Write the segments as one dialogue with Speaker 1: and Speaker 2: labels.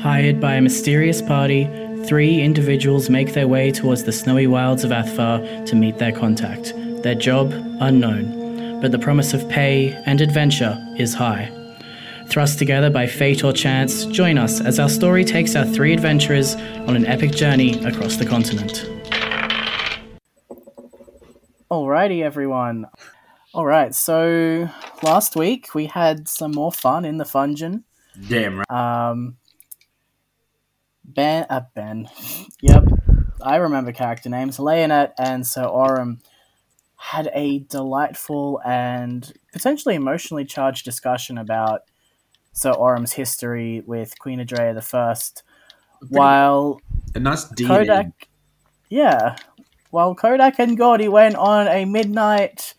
Speaker 1: Hired by a mysterious party, three individuals make their way towards the snowy wilds of Athvar to meet their contact. Their job, unknown, but the promise of pay and adventure is high. Thrust together by fate or chance, join us as our story takes our three adventurers on an epic journey across the continent. Alrighty, everyone. Alright, so last week we had some more fun in the Fungeon.
Speaker 2: Damn right.
Speaker 1: Um, ben, uh, Ben, yep, I remember character names. Leonette and Sir Orim had a delightful and potentially emotionally charged discussion about Sir Orim's history with Queen Adrea the First, while
Speaker 2: A nice D.
Speaker 1: Kodak, yeah, while Kodak and Gordy went on a midnight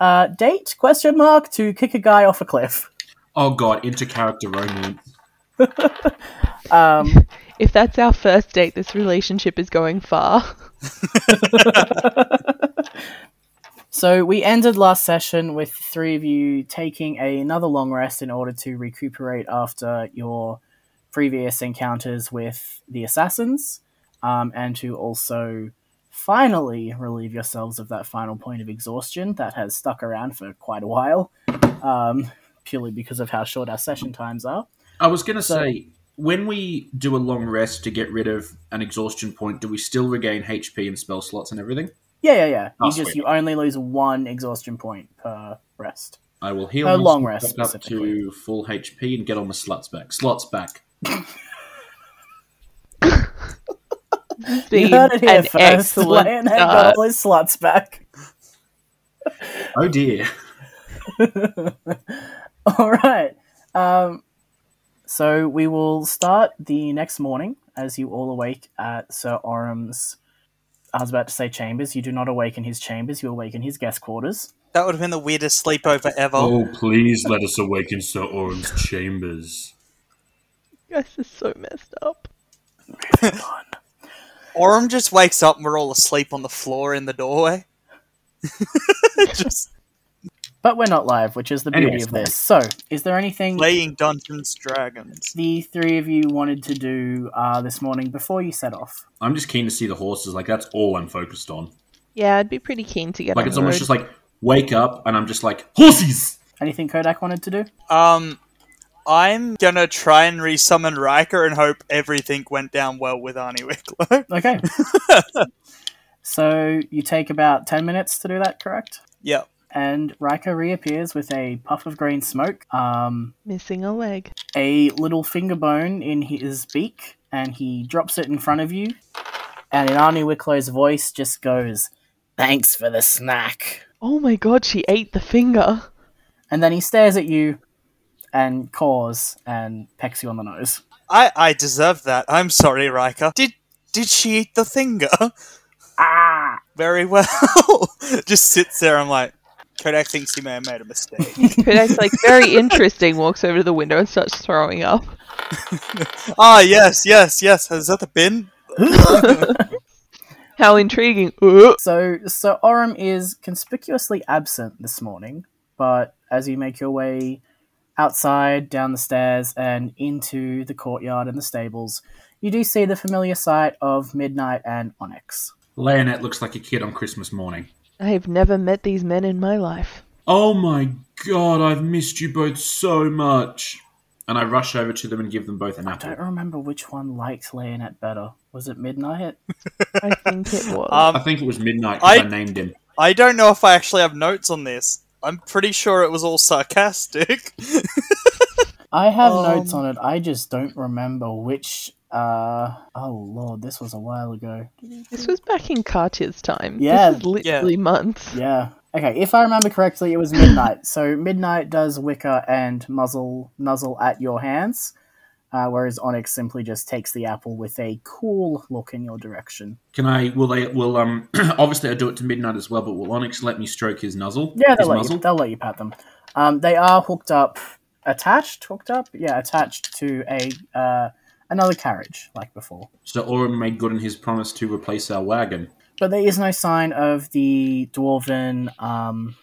Speaker 1: uh, date question mark to kick a guy off a cliff.
Speaker 2: Oh god, inter-character romance.
Speaker 1: Um,
Speaker 3: If that's our first date, this relationship is going far.
Speaker 1: So we ended last session with the three of you taking a, another long rest in order to recuperate after your previous encounters with the assassins, um, and to also finally relieve yourselves of that final point of exhaustion that has stuck around for quite a while, um, purely because of how short our session times are.
Speaker 2: I was gonna
Speaker 1: So-
Speaker 2: say, when we do a long rest to get rid of an exhaustion point, do we still regain HP and spell slots and everything?
Speaker 1: Yeah, yeah, yeah.
Speaker 2: Oh,
Speaker 1: you just
Speaker 2: sweet.
Speaker 1: you only lose one exhaustion point per rest.
Speaker 2: I will heal
Speaker 1: A
Speaker 2: myself
Speaker 1: long rest,
Speaker 2: back up
Speaker 1: specifically.
Speaker 2: to full HP and get all my slots back. Slots back.
Speaker 1: You
Speaker 3: Been
Speaker 1: heard it here
Speaker 3: an
Speaker 1: first.
Speaker 3: excellent
Speaker 1: Leonhead
Speaker 3: start.
Speaker 1: got all his slots back.
Speaker 2: Oh dear.
Speaker 1: All right. Um, so we will start the next morning as you all awake at Sir Oram's. I was about to say chambers. You do not awake in his chambers. You awake in his guest quarters.
Speaker 4: That would have been the weirdest sleepover ever.
Speaker 2: Oh, please let us awaken Sir Orin's chambers.
Speaker 3: This is so messed up.
Speaker 4: Orm just wakes up and we're all asleep on the floor in the doorway. just
Speaker 1: But we're not live, which is the beauty
Speaker 2: Anyways,
Speaker 1: of this. So, is there anything
Speaker 4: playing Dungeons Dragons.
Speaker 1: the three of you wanted to do uh, this morning before you set off?
Speaker 2: I'm just keen to see the horses, like that's all I'm focused on.
Speaker 3: Yeah, I'd be pretty keen to get
Speaker 2: Like
Speaker 3: on
Speaker 2: it's
Speaker 3: the
Speaker 2: almost
Speaker 3: road.
Speaker 2: just like wake up and I'm just like, Horses!
Speaker 1: Anything Kodak wanted to do?
Speaker 4: Um, I'm gonna try and resummon Riker and hope everything went down well with Arnie Wicklow.
Speaker 1: Okay. so you take about ten minutes to do that, correct?
Speaker 4: yep.
Speaker 1: And Riker reappears with a puff of green smoke. Um,
Speaker 3: missing a leg.
Speaker 1: a little finger bone in his beak and he drops it in front of you. And in Arnie Wicklow's voice just goes, Thanks for the snack.
Speaker 3: Oh my god, she ate the finger.
Speaker 1: And then he stares at you and caws and pecks you on the nose.
Speaker 4: I I deserve that. I'm sorry, Riker. Did did she eat the finger?
Speaker 1: Ah!
Speaker 4: Very well. just sits there. I'm like, Kodak thinks he may have made a mistake.
Speaker 3: Kodak's like very interesting, walks over to the window and starts throwing up.
Speaker 4: ah, yes, yes, yes. Is that the bin?
Speaker 3: How intriguing. Uh. Ooh.
Speaker 1: So, so Orim is conspicuously absent this morning, but as you make your way outside, down the stairs, and into the courtyard and the stables, you do see the familiar sight of Midnight and Onyx.
Speaker 2: Leonette looks like a kid on Christmas morning.
Speaker 3: I have never met these men in my life.
Speaker 2: Oh my god, I've missed you both so much. And I rush over to them and give them both an
Speaker 1: I don't
Speaker 2: apple.
Speaker 1: remember which one liked Leonette better. Was it Midnight?
Speaker 3: I think it was.
Speaker 4: Um,
Speaker 2: I think it was midnight 'cause I...
Speaker 4: I-
Speaker 2: named him.
Speaker 4: I don't know if I actually have notes on this. I'm pretty sure it was all sarcastic.
Speaker 1: I have
Speaker 4: Um,
Speaker 1: notes on it. I just don't remember which. Uh, oh lord, this was a while ago.
Speaker 3: this was back in Cartier's time.
Speaker 1: Yeah.
Speaker 3: This is literally months.
Speaker 1: Yeah. Okay, if I remember correctly, it was Midnight. so Midnight does Wicker and Muzzle Nuzzle at your hands, uh, whereas Onyx simply just takes the apple with a cool look in your direction.
Speaker 2: Can I? Will they? Will um? obviously, I do it to midnight as well. But will Onyx let me stroke his nuzzle?
Speaker 1: Yeah,
Speaker 2: his
Speaker 1: they'll let, you, they'll let you pat them. Um, they are hooked up, attached, hooked up. Yeah, attached to a uh, another carriage like before.
Speaker 2: So Orim made good on his promise to replace our wagon.
Speaker 1: but there is no sign of the dwarven um,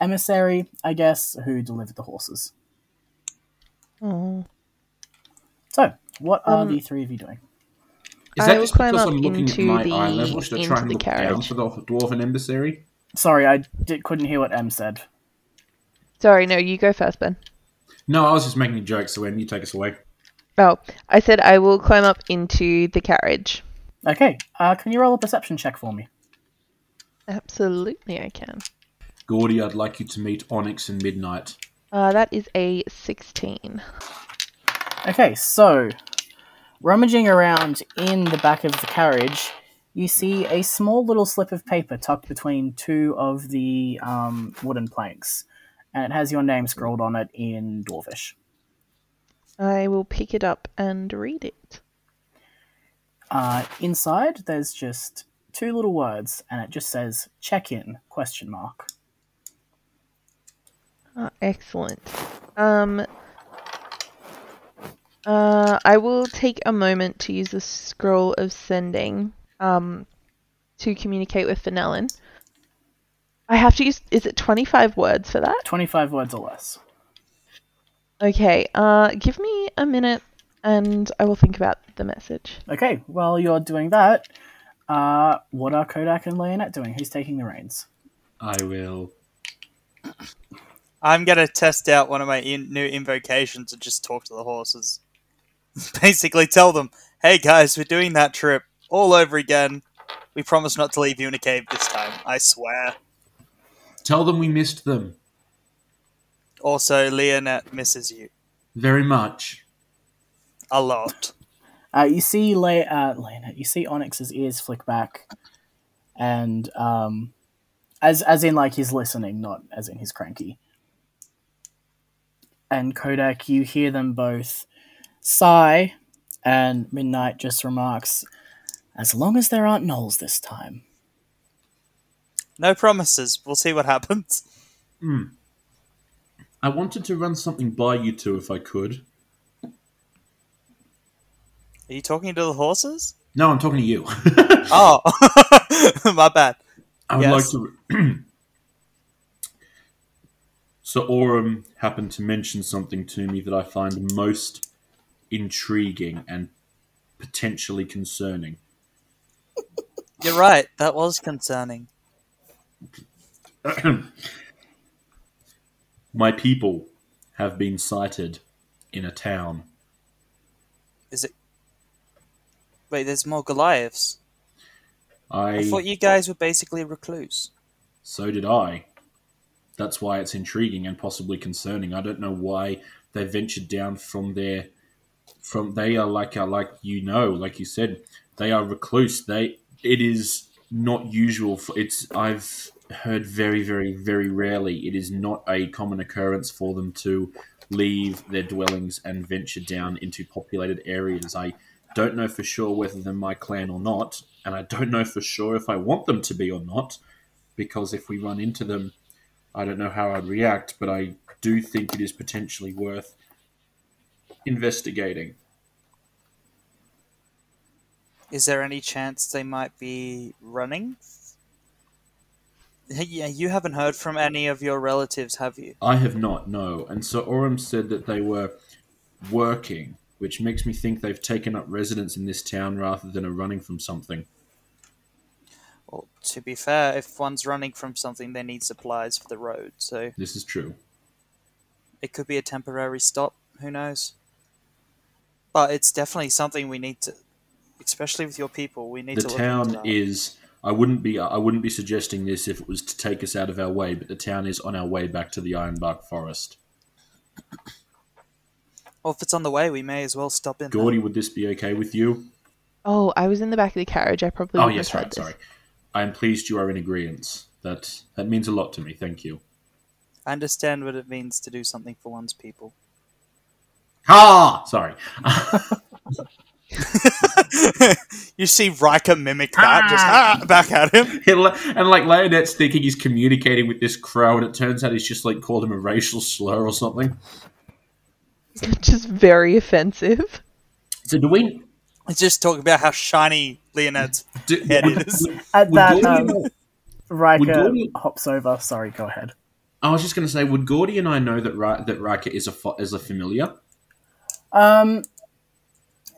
Speaker 1: emissary, I guess, who delivered the horses.
Speaker 3: Oh.
Speaker 1: So, what are
Speaker 3: Um,
Speaker 1: the three of you doing?
Speaker 2: Is
Speaker 3: I
Speaker 2: that
Speaker 3: will
Speaker 2: just
Speaker 3: climb
Speaker 2: because
Speaker 3: up
Speaker 2: I'm looking at
Speaker 3: into
Speaker 2: my
Speaker 3: the-
Speaker 2: eye level? Should I
Speaker 3: into
Speaker 2: try and
Speaker 3: the
Speaker 2: look down
Speaker 3: carriage.
Speaker 2: for the dwarven embassy?
Speaker 1: Sorry, I di- couldn't hear what M said.
Speaker 3: Sorry, no, you go first, Ben.
Speaker 2: No, I was just making a joke. So when you take us away,
Speaker 3: Oh, I said I will climb up into the carriage.
Speaker 1: Okay, uh, can you roll a perception check for me?
Speaker 3: Absolutely, I can.
Speaker 2: Gordy, I'd like you to meet Onyx and Midnight.
Speaker 3: Uh, that is a 16.
Speaker 1: Okay, so rummaging around in the back of the carriage, you see a small little slip of paper tucked between two of the um, wooden planks, and it has your name scrawled on it in Dwarvish.
Speaker 3: I will pick it up and read it.
Speaker 1: Uh, inside, there's just two little words, and it just says "check in?" question mark.
Speaker 3: Ah, excellent. Um, uh, I will take a moment to use the scroll of sending um, to communicate with Fenelon. I have to use, is it 25 words for that?
Speaker 1: Twenty-five words or less.
Speaker 3: Okay, uh, give me a minute and I will think about the message.
Speaker 1: Okay, while you're doing that, uh, what are Kodak and Leonette doing? Who's taking the reins?
Speaker 2: I will.
Speaker 4: I'm gonna test out one of my in- new invocations and just talk to the horses. Basically, tell them, "Hey guys, we're doing that trip all over again. We promise not to leave you in a cave this time. I swear."
Speaker 2: Tell them we missed them
Speaker 4: Also, Leonette misses you
Speaker 2: very much.
Speaker 4: a lot.
Speaker 1: Uh, you see, Le- uh, Leonette, you see Onyx's ears flick back, and um, as as in like he's listening, not as in he's cranky. And Kodak, you hear them both sigh, and Midnight just remarks, "As long as there aren't gnolls this time."
Speaker 4: No promises. We'll see what happens.
Speaker 2: I wanted to run something by you two if I could.
Speaker 4: Are you talking to the horses?
Speaker 2: No, I'm talking to you.
Speaker 4: Oh, my bad.
Speaker 2: I would
Speaker 4: Yes.
Speaker 2: like to. so Aurum happened to mention something to me that I find most intriguing and potentially concerning.
Speaker 4: You're right. That was concerning.
Speaker 2: My people have been sighted in a town.
Speaker 4: Is it? Wait, there's more Goliaths.
Speaker 2: I,
Speaker 4: I thought you guys were basically recluse.
Speaker 2: so did I. That's why it's intriguing and possibly concerning. I don't know why they ventured down from their from they are like are like you know, like you said, they are recluse. They it is not usual for it's I've heard very, very, very rarely. It is not a common occurrence for them to leave their dwellings and venture down into populated areas. I don't know for sure whether they're my clan or not, and I don't know for sure if I want them to be or not, because if we run into them, I don't know how I'd react, but I do think it is potentially worth investigating.
Speaker 4: Is there any chance they might be running? Hey, Yeah, you haven't heard from any of your relatives, have you?
Speaker 2: I have not, no. And so Oram said that they were working, which makes me think they've taken up residence in this town rather than are running from something.
Speaker 4: Well, to be fair, if one's running from something, they need supplies for the road, so
Speaker 2: This is true.
Speaker 4: it could be a temporary stop. Who knows? But it's definitely something we need to, especially with your people, we need
Speaker 2: the
Speaker 4: to.
Speaker 2: town
Speaker 4: look into that.
Speaker 2: is I wouldn't be I wouldn't be suggesting this if it was to take us out of our way, but the town is on our way back to the Ironbark Forest.
Speaker 4: Well, if it's on the way, we may as well stop in. there.
Speaker 2: Gordy, would this be okay with you?
Speaker 3: Oh, I was in the back of the carriage. I probably
Speaker 2: Oh
Speaker 3: wouldn't
Speaker 2: yes,
Speaker 3: have heard
Speaker 2: right,
Speaker 3: this.
Speaker 2: sorry. I am pleased you are in agreement. That that means a lot to me, thank you.
Speaker 4: I understand what it means to do something for one's people.
Speaker 2: Ha! Sorry.
Speaker 4: you see Riker mimic that, just ah, back at him.
Speaker 2: And li- and like Leonette's thinking he's communicating with this crow, and it turns out he's just like called him a racial slur or something.
Speaker 3: Just very offensive.
Speaker 2: So do we?
Speaker 4: He's just talking about how shiny Leonard's
Speaker 2: Do,
Speaker 4: head is.
Speaker 1: At
Speaker 2: would
Speaker 1: that,
Speaker 2: Gordy
Speaker 1: um,
Speaker 2: know-
Speaker 1: Riker
Speaker 2: Gordy-
Speaker 1: hops over. Sorry, go ahead.
Speaker 2: I was just going to say, would Gordy and I know that Ri- that Riker is a fo- is a familiar?
Speaker 1: Um,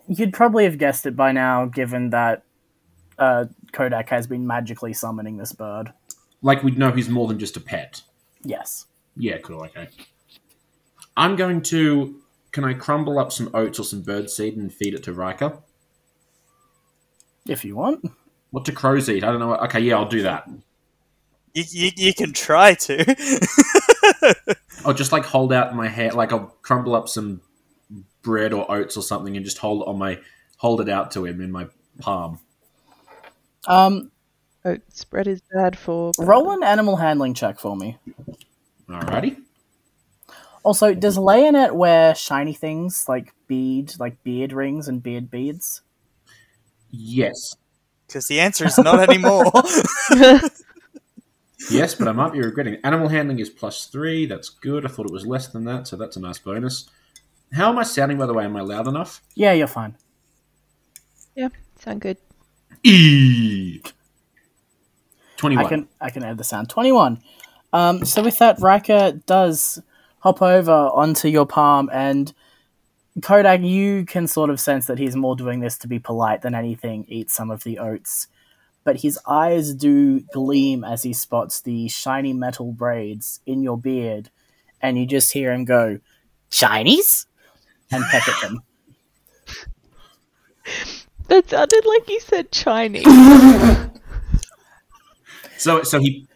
Speaker 1: you'd probably have guessed it by now, given that uh, Kodak has been magically summoning this bird.
Speaker 2: Like we'd know he's more than just a pet.
Speaker 1: Yes.
Speaker 2: Yeah, cool. Okay. I'm going to. Can I crumble up some oats or some bird seed and feed it to Riker?
Speaker 1: If you want.
Speaker 2: What do crows eat? I don't know. What, okay, yeah, I'll do that.
Speaker 4: You, you, you can try to.
Speaker 2: I'll just like hold out my hand, like I'll crumble up some bread or oats or something, and just hold it on my hold it out to him in my palm.
Speaker 1: Um,
Speaker 3: Oat spread is bad for.
Speaker 1: roll an animal handling check for me.
Speaker 2: Alrighty.
Speaker 1: Also, does Leonette wear shiny things like bead, like beard rings and beard beads?
Speaker 2: Yes.
Speaker 4: Because the answer is not anymore.
Speaker 2: Yes, but I might be regretting. it. Animal handling is plus three. That's good. I thought it was less than that, so that's a nice bonus. How am I sounding, by the way? Am I loud enough?
Speaker 1: Yeah, you're fine.
Speaker 3: yeah, sound good.
Speaker 2: Eek. E. Twenty-one.
Speaker 1: I can I can add the sound. Twenty one. Um, so with that, Riker does hop over onto your palm, and Kodak, you can sort of sense that he's more doing this to be polite than anything. Eat some of the oats, but his eyes do gleam as he spots the shiny metal braids in your beard, and you just hear him go, "Chinese," and peck at them.
Speaker 3: That sounded like you said Chinese.
Speaker 2: So, so he.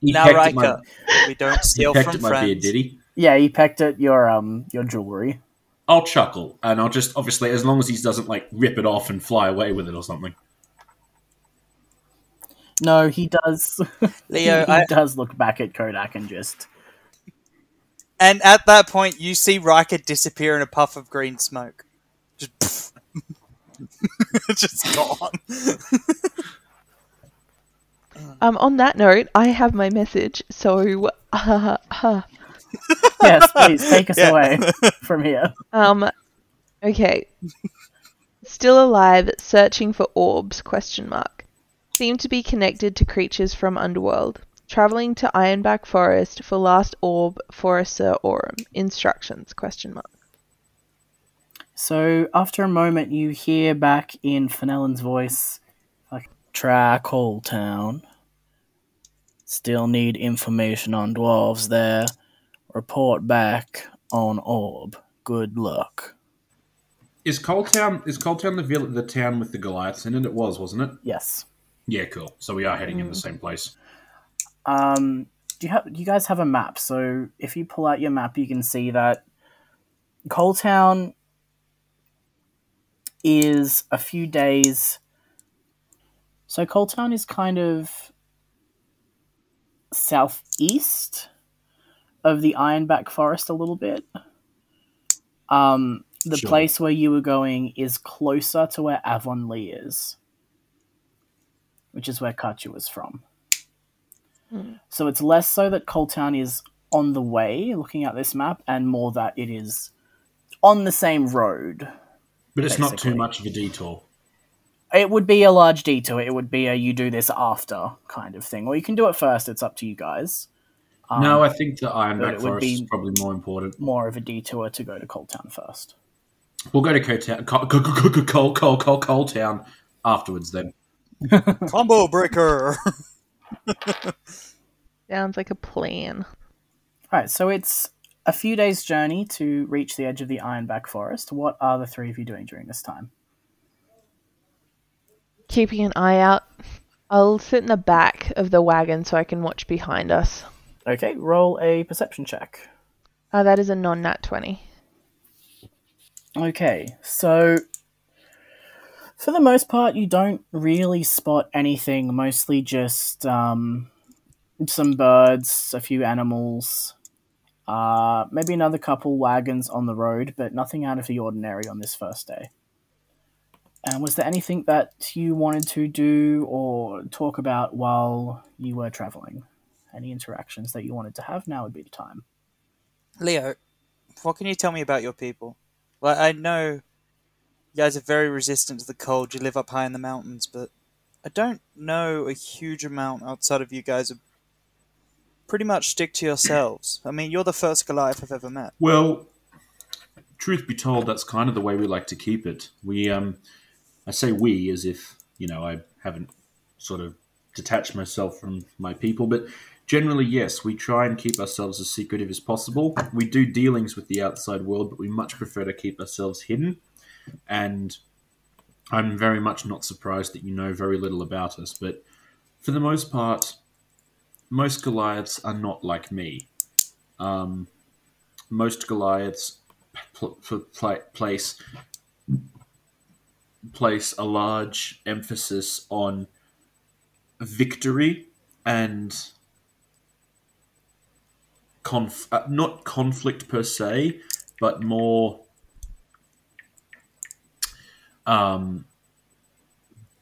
Speaker 2: he
Speaker 4: now,
Speaker 2: pecked at my-
Speaker 4: Riker, we don't
Speaker 2: he
Speaker 4: steal
Speaker 2: pecked
Speaker 4: from
Speaker 2: at my
Speaker 4: friends.
Speaker 2: beard, did he?
Speaker 1: Yeah, he pecked at your um your jewelry.
Speaker 2: I'll chuckle, and I'll just obviously, as long as he doesn't like rip it off and fly away with it or something.
Speaker 1: No, he does.
Speaker 4: Leo,
Speaker 1: he
Speaker 4: I-
Speaker 1: does look back at Kodak and just
Speaker 4: And at that point, you see Riker disappear in a puff of green smoke. Just, pff. just gone.
Speaker 3: um, on that note, I have my message. So, uh, uh,
Speaker 1: yes, please take us
Speaker 4: Yeah.
Speaker 1: away from here.
Speaker 3: um, okay. Still alive, searching for orbs? Question mark. Seem to be connected to creatures from underworld. Traveling to Ironback Forest for last orb, Foraster Aurum. Instructions? Question mark.
Speaker 1: So after a moment, you hear back in Fenelon's voice, like track whole town. Still need information on dwarves there. Report back on orb. Good luck.
Speaker 2: Is Coaltown is Coaltown the vill- the town with the Goliaths in it? It was, wasn't it?
Speaker 1: Yes.
Speaker 2: Yeah, cool. So we are heading in the
Speaker 1: Mm.
Speaker 2: same place.
Speaker 1: Um, do you have? Do you guys have a map? So if you pull out your map, you can see that Coal Town is a few days. So Coal Town is kind of southeast of the Ironback Forest a little bit. Um, the
Speaker 2: Sure.
Speaker 1: place where you were going is closer to where Avonlea is, which is where Kachu was from. So it's less so that Coal Town is on the way, looking at this map, and more that it is on the same road.
Speaker 2: But it's not too
Speaker 1: Basically.
Speaker 2: much of a detour.
Speaker 1: It would be a large detour. It would be a you do this after kind of thing, or you can do it first. It's up to you guys. Um,
Speaker 2: no, I think the
Speaker 1: but
Speaker 2: Ironback
Speaker 1: it would
Speaker 2: Forest is
Speaker 1: be-
Speaker 2: probably more important.
Speaker 1: more of a detour to go to Coal Town first.
Speaker 2: We'll go to Coaltown, Coal, Coal, Coal, Coal, Coal, Coal, Coaltown afterwards then.
Speaker 4: Combo breaker.
Speaker 3: Sounds like a plan.
Speaker 1: Right, so it's a few days' journey to reach the edge of the Ironback Forest. What are the three of you doing during this time?
Speaker 3: keeping an eye out. I'll sit in the back of the wagon so I can watch behind us.
Speaker 1: Okay, roll a perception check.
Speaker 3: Uh, that is a non nat 20.
Speaker 1: Okay, so for the most part, you don't really spot anything. Mostly just um, some birds, a few animals, uh, maybe another couple wagons on the road, but nothing out of the ordinary on this first day. And was there anything that you wanted to do or talk about while you were traveling? Any interactions that you wanted to have? Now would be the time.
Speaker 4: Leo, what can you tell me about your people? Like, I know you guys are very resistant to the cold. You live up high in the mountains, but I don't know a huge amount outside of you guys. Are pretty much stick to yourselves. I mean, you're the first Goliath I've ever met.
Speaker 2: Well, truth be told, that's kind of the way we like to keep it. We, um, I say we as if you know I haven't sort of detached myself from my people, but generally, yes, we try and keep ourselves as secretive as possible. We do dealings with the outside world, but we much prefer to keep ourselves hidden. And I'm very much not surprised that you know very little about us, but for the most part, most Goliaths are not like me. Um, most Goliaths pl- pl- pl- place place a large emphasis on victory and conf- uh, not conflict per se, but more um,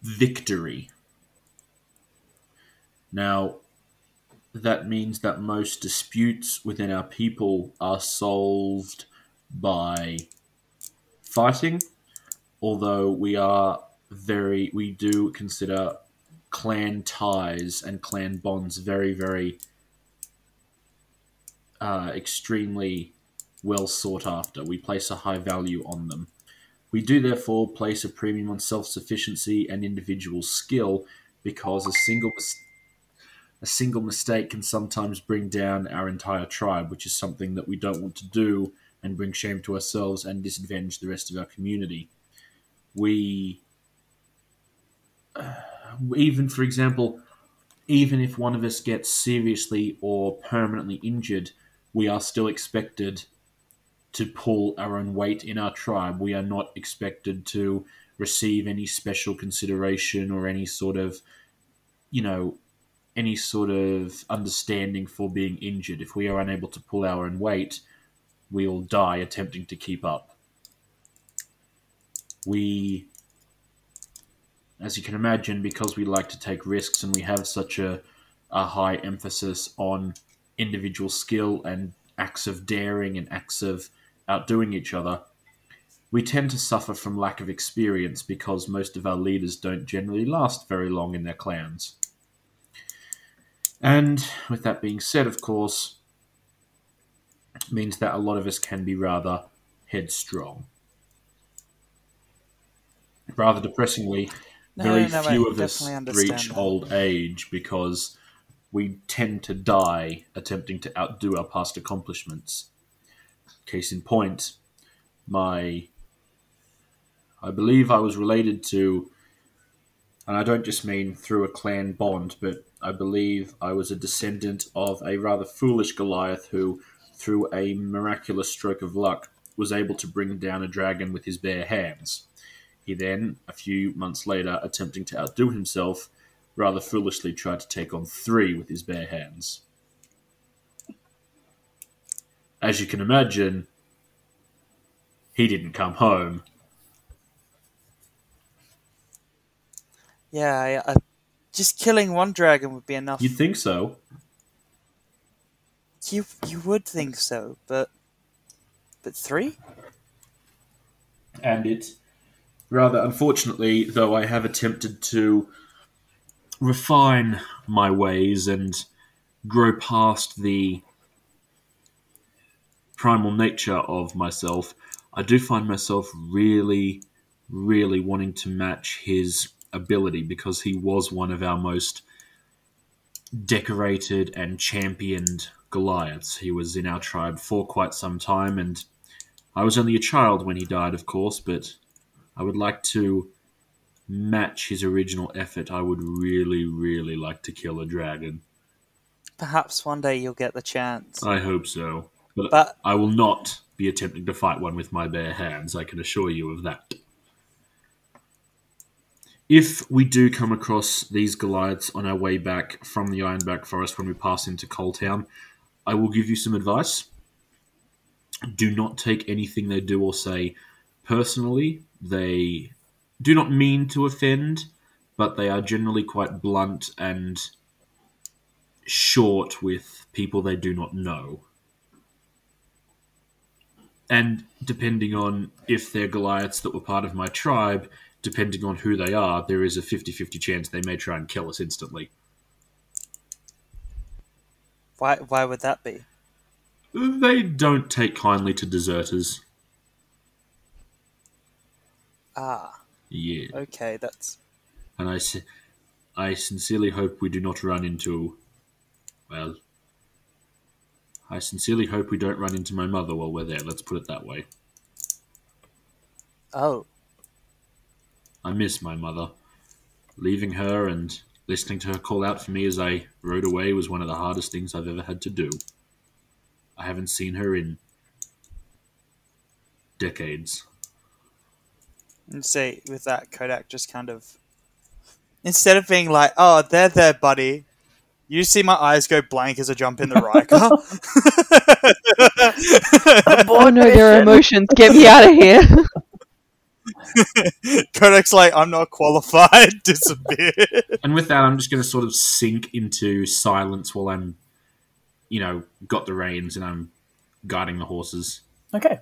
Speaker 2: victory. Now, that means that most disputes within our people are solved by fighting, although we are very, we do consider clan ties and clan bonds very, very uh, extremely well sought after. We place a high value on them. We do therefore place a premium on self sufficiency and individual skill because a single mis- a single mistake can sometimes bring down our entire tribe, which is something that we don't want to do and bring shame to ourselves and disadvantage the rest of our community. We uh, even, for example, even if one of us gets seriously or permanently injured, we are still expected to pull our own weight in our tribe. We are not expected to receive any special consideration or any sort of, you know, any sort of understanding for being injured. If we are unable to pull our own weight, we'll die attempting to keep up. We, as you can imagine, because we like to take risks and we have such a, a high emphasis on individual skill and acts of daring and acts of outdoing each other, we tend to suffer from lack of experience because most of our leaders don't generally last very long in their clans. And with that being said, of course, means that a lot of us can be rather headstrong. Rather depressingly,
Speaker 4: No,
Speaker 2: very
Speaker 4: no, I
Speaker 2: few of us
Speaker 4: definitely understand
Speaker 2: reach
Speaker 4: that.
Speaker 2: old age because we tend to die attempting to outdo our past accomplishments. Case in point, my. I believe I was related to, and I don't just mean through a clan bond, but I believe I was a descendant of a rather foolish Goliath who, through a miraculous stroke of luck, was able to bring down a dragon with his bare hands. He then, a few months later, attempting to outdo himself, rather foolishly tried to take on three with his bare hands. As you can imagine, he didn't come home.
Speaker 4: Yeah, I, I, just killing one dragon would be enough.
Speaker 2: You'd think so.
Speaker 4: You you would think so, but but three?
Speaker 2: and it rather unfortunately though i have attempted to refine my ways and grow past the primal nature of myself i do find myself really really wanting to match his ability because he was one of our most decorated and championed goliaths he was in our tribe for quite some time and I was only a child when he died, of course, but I would like to match his original effort. I would really, really like to kill a dragon.
Speaker 4: Perhaps one day you'll get the chance.
Speaker 2: I hope so. But,
Speaker 4: But-
Speaker 2: I will not be attempting to fight one with my bare hands, I can assure you of that. If we do come across these Goliaths on our way back from the Ironback Forest when we pass into Coal Town, I will give you some advice. Do not take anything they do or say personally. They do not mean to offend, but they are generally quite blunt and short with people they do not know. And depending on if they're Goliaths that were part of my tribe, depending on who they are, there is a 50 50 chance they may try and kill us instantly.
Speaker 4: Why why would that be?
Speaker 2: They don't take kindly to deserters.
Speaker 4: Ah,
Speaker 2: Yeah.
Speaker 4: okay, that's
Speaker 2: And I, si- I sincerely hope we do not run into. Well. I sincerely hope we don't run into my mother while we're there. Let's put it that way.
Speaker 4: oh,
Speaker 2: I miss my mother. Leaving her and listening to her call out for me as I rode away was one of the hardest things I've ever had to do. I haven't seen her in decades.
Speaker 4: and see with that Kodak just kind of instead of being like, "Oh, they're there, buddy," you see my eyes go blank as I jump in the Riker.
Speaker 3: Oh no, there are emotions. Get me out of here.
Speaker 4: Kodak's like, "I'm not qualified." Disappear.
Speaker 2: And with that, I'm just going to sort of sink into silence while I'm, you know, got the reins and I'm guiding the horses.
Speaker 1: Okay.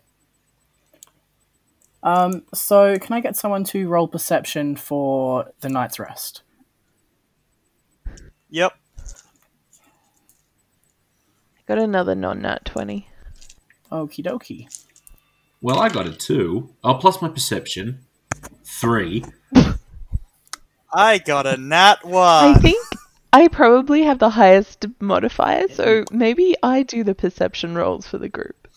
Speaker 1: Um, so can I get someone to roll perception for the night's rest?
Speaker 4: yep.
Speaker 3: Got another non nat 20.
Speaker 1: Okie dokie.
Speaker 2: Well, I got a two. Oh, plus my perception. Three.
Speaker 4: I got a nat
Speaker 3: I
Speaker 4: one.
Speaker 3: think I probably have the highest modifier, so maybe I do the perception rolls for the group.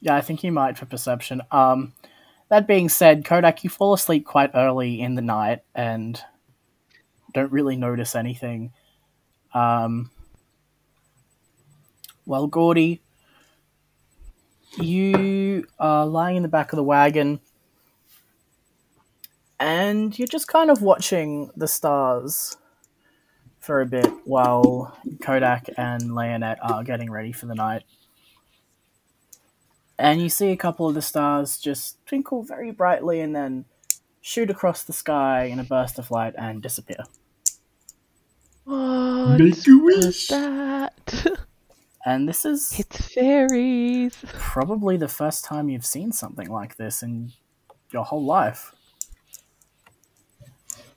Speaker 1: Yeah, I think you might for perception. Um, that being said, Kodak, you fall asleep quite early in the night and don't really notice anything. Um, well, Gordy, you are lying in the back of the wagon and you're just kind of watching the stars for a bit while Kodak and Leonette are getting ready for the night and you see a couple of the stars just twinkle very brightly and then shoot across the sky in a burst of light and disappear.
Speaker 3: What
Speaker 2: Make a
Speaker 3: was
Speaker 2: wish.
Speaker 3: that?
Speaker 1: And this is
Speaker 3: It's fairies.
Speaker 1: probably the first time you've seen something like this in your whole life.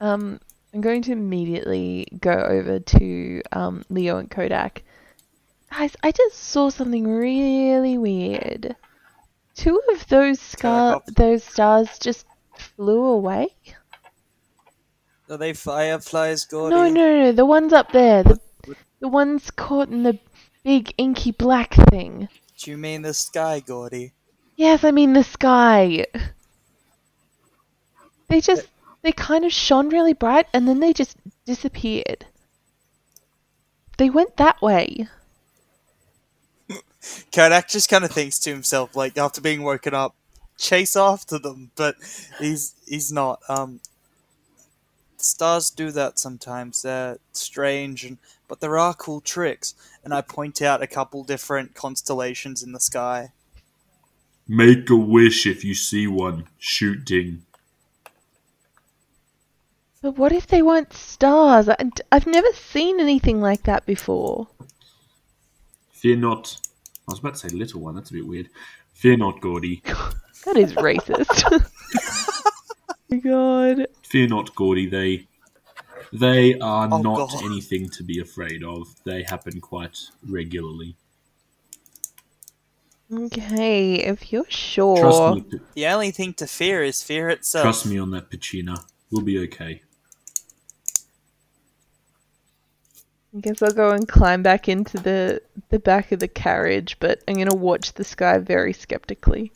Speaker 3: Um, I'm going to immediately go over to um, Leo and Kodak. Guys, I just saw something really weird. Two of those scar-
Speaker 4: Kodak.
Speaker 3: those stars just flew away.
Speaker 4: Are they fireflies, Gordy?
Speaker 3: No, no, no, the one's up there. The, the one's caught in the big inky black thing.
Speaker 4: Do you mean the sky, Gordy?
Speaker 3: Yes, I mean the sky. They just they kind of shone really bright and then they just disappeared. They went that way.
Speaker 4: Kodak just kind of thinks to himself, like after being woken up, chase after them, but he's he's not. Um, stars do that sometimes. They're strange, and but there are cool tricks. And I point out a couple different constellations in the sky.
Speaker 2: Make a wish if you see one. Shooting.
Speaker 3: But what if they weren't stars? I, have never seen anything like that before.
Speaker 2: Fear not. I was about to say little one. That's a bit weird. Fear not, Gordy.
Speaker 3: That is racist. oh my god.
Speaker 2: Fear not, Gordy. They they are
Speaker 4: Oh,
Speaker 2: not
Speaker 4: God.
Speaker 2: anything to be afraid of. They happen quite regularly.
Speaker 3: Okay, if you're
Speaker 2: Trust
Speaker 3: sure.
Speaker 2: me. P-
Speaker 4: The only thing to fear is fear itself.
Speaker 2: Trust me on that, Pacina. We'll be okay.
Speaker 3: I guess I'll go and climb back into the the back of the carriage, but I'm gonna watch the sky very skeptically.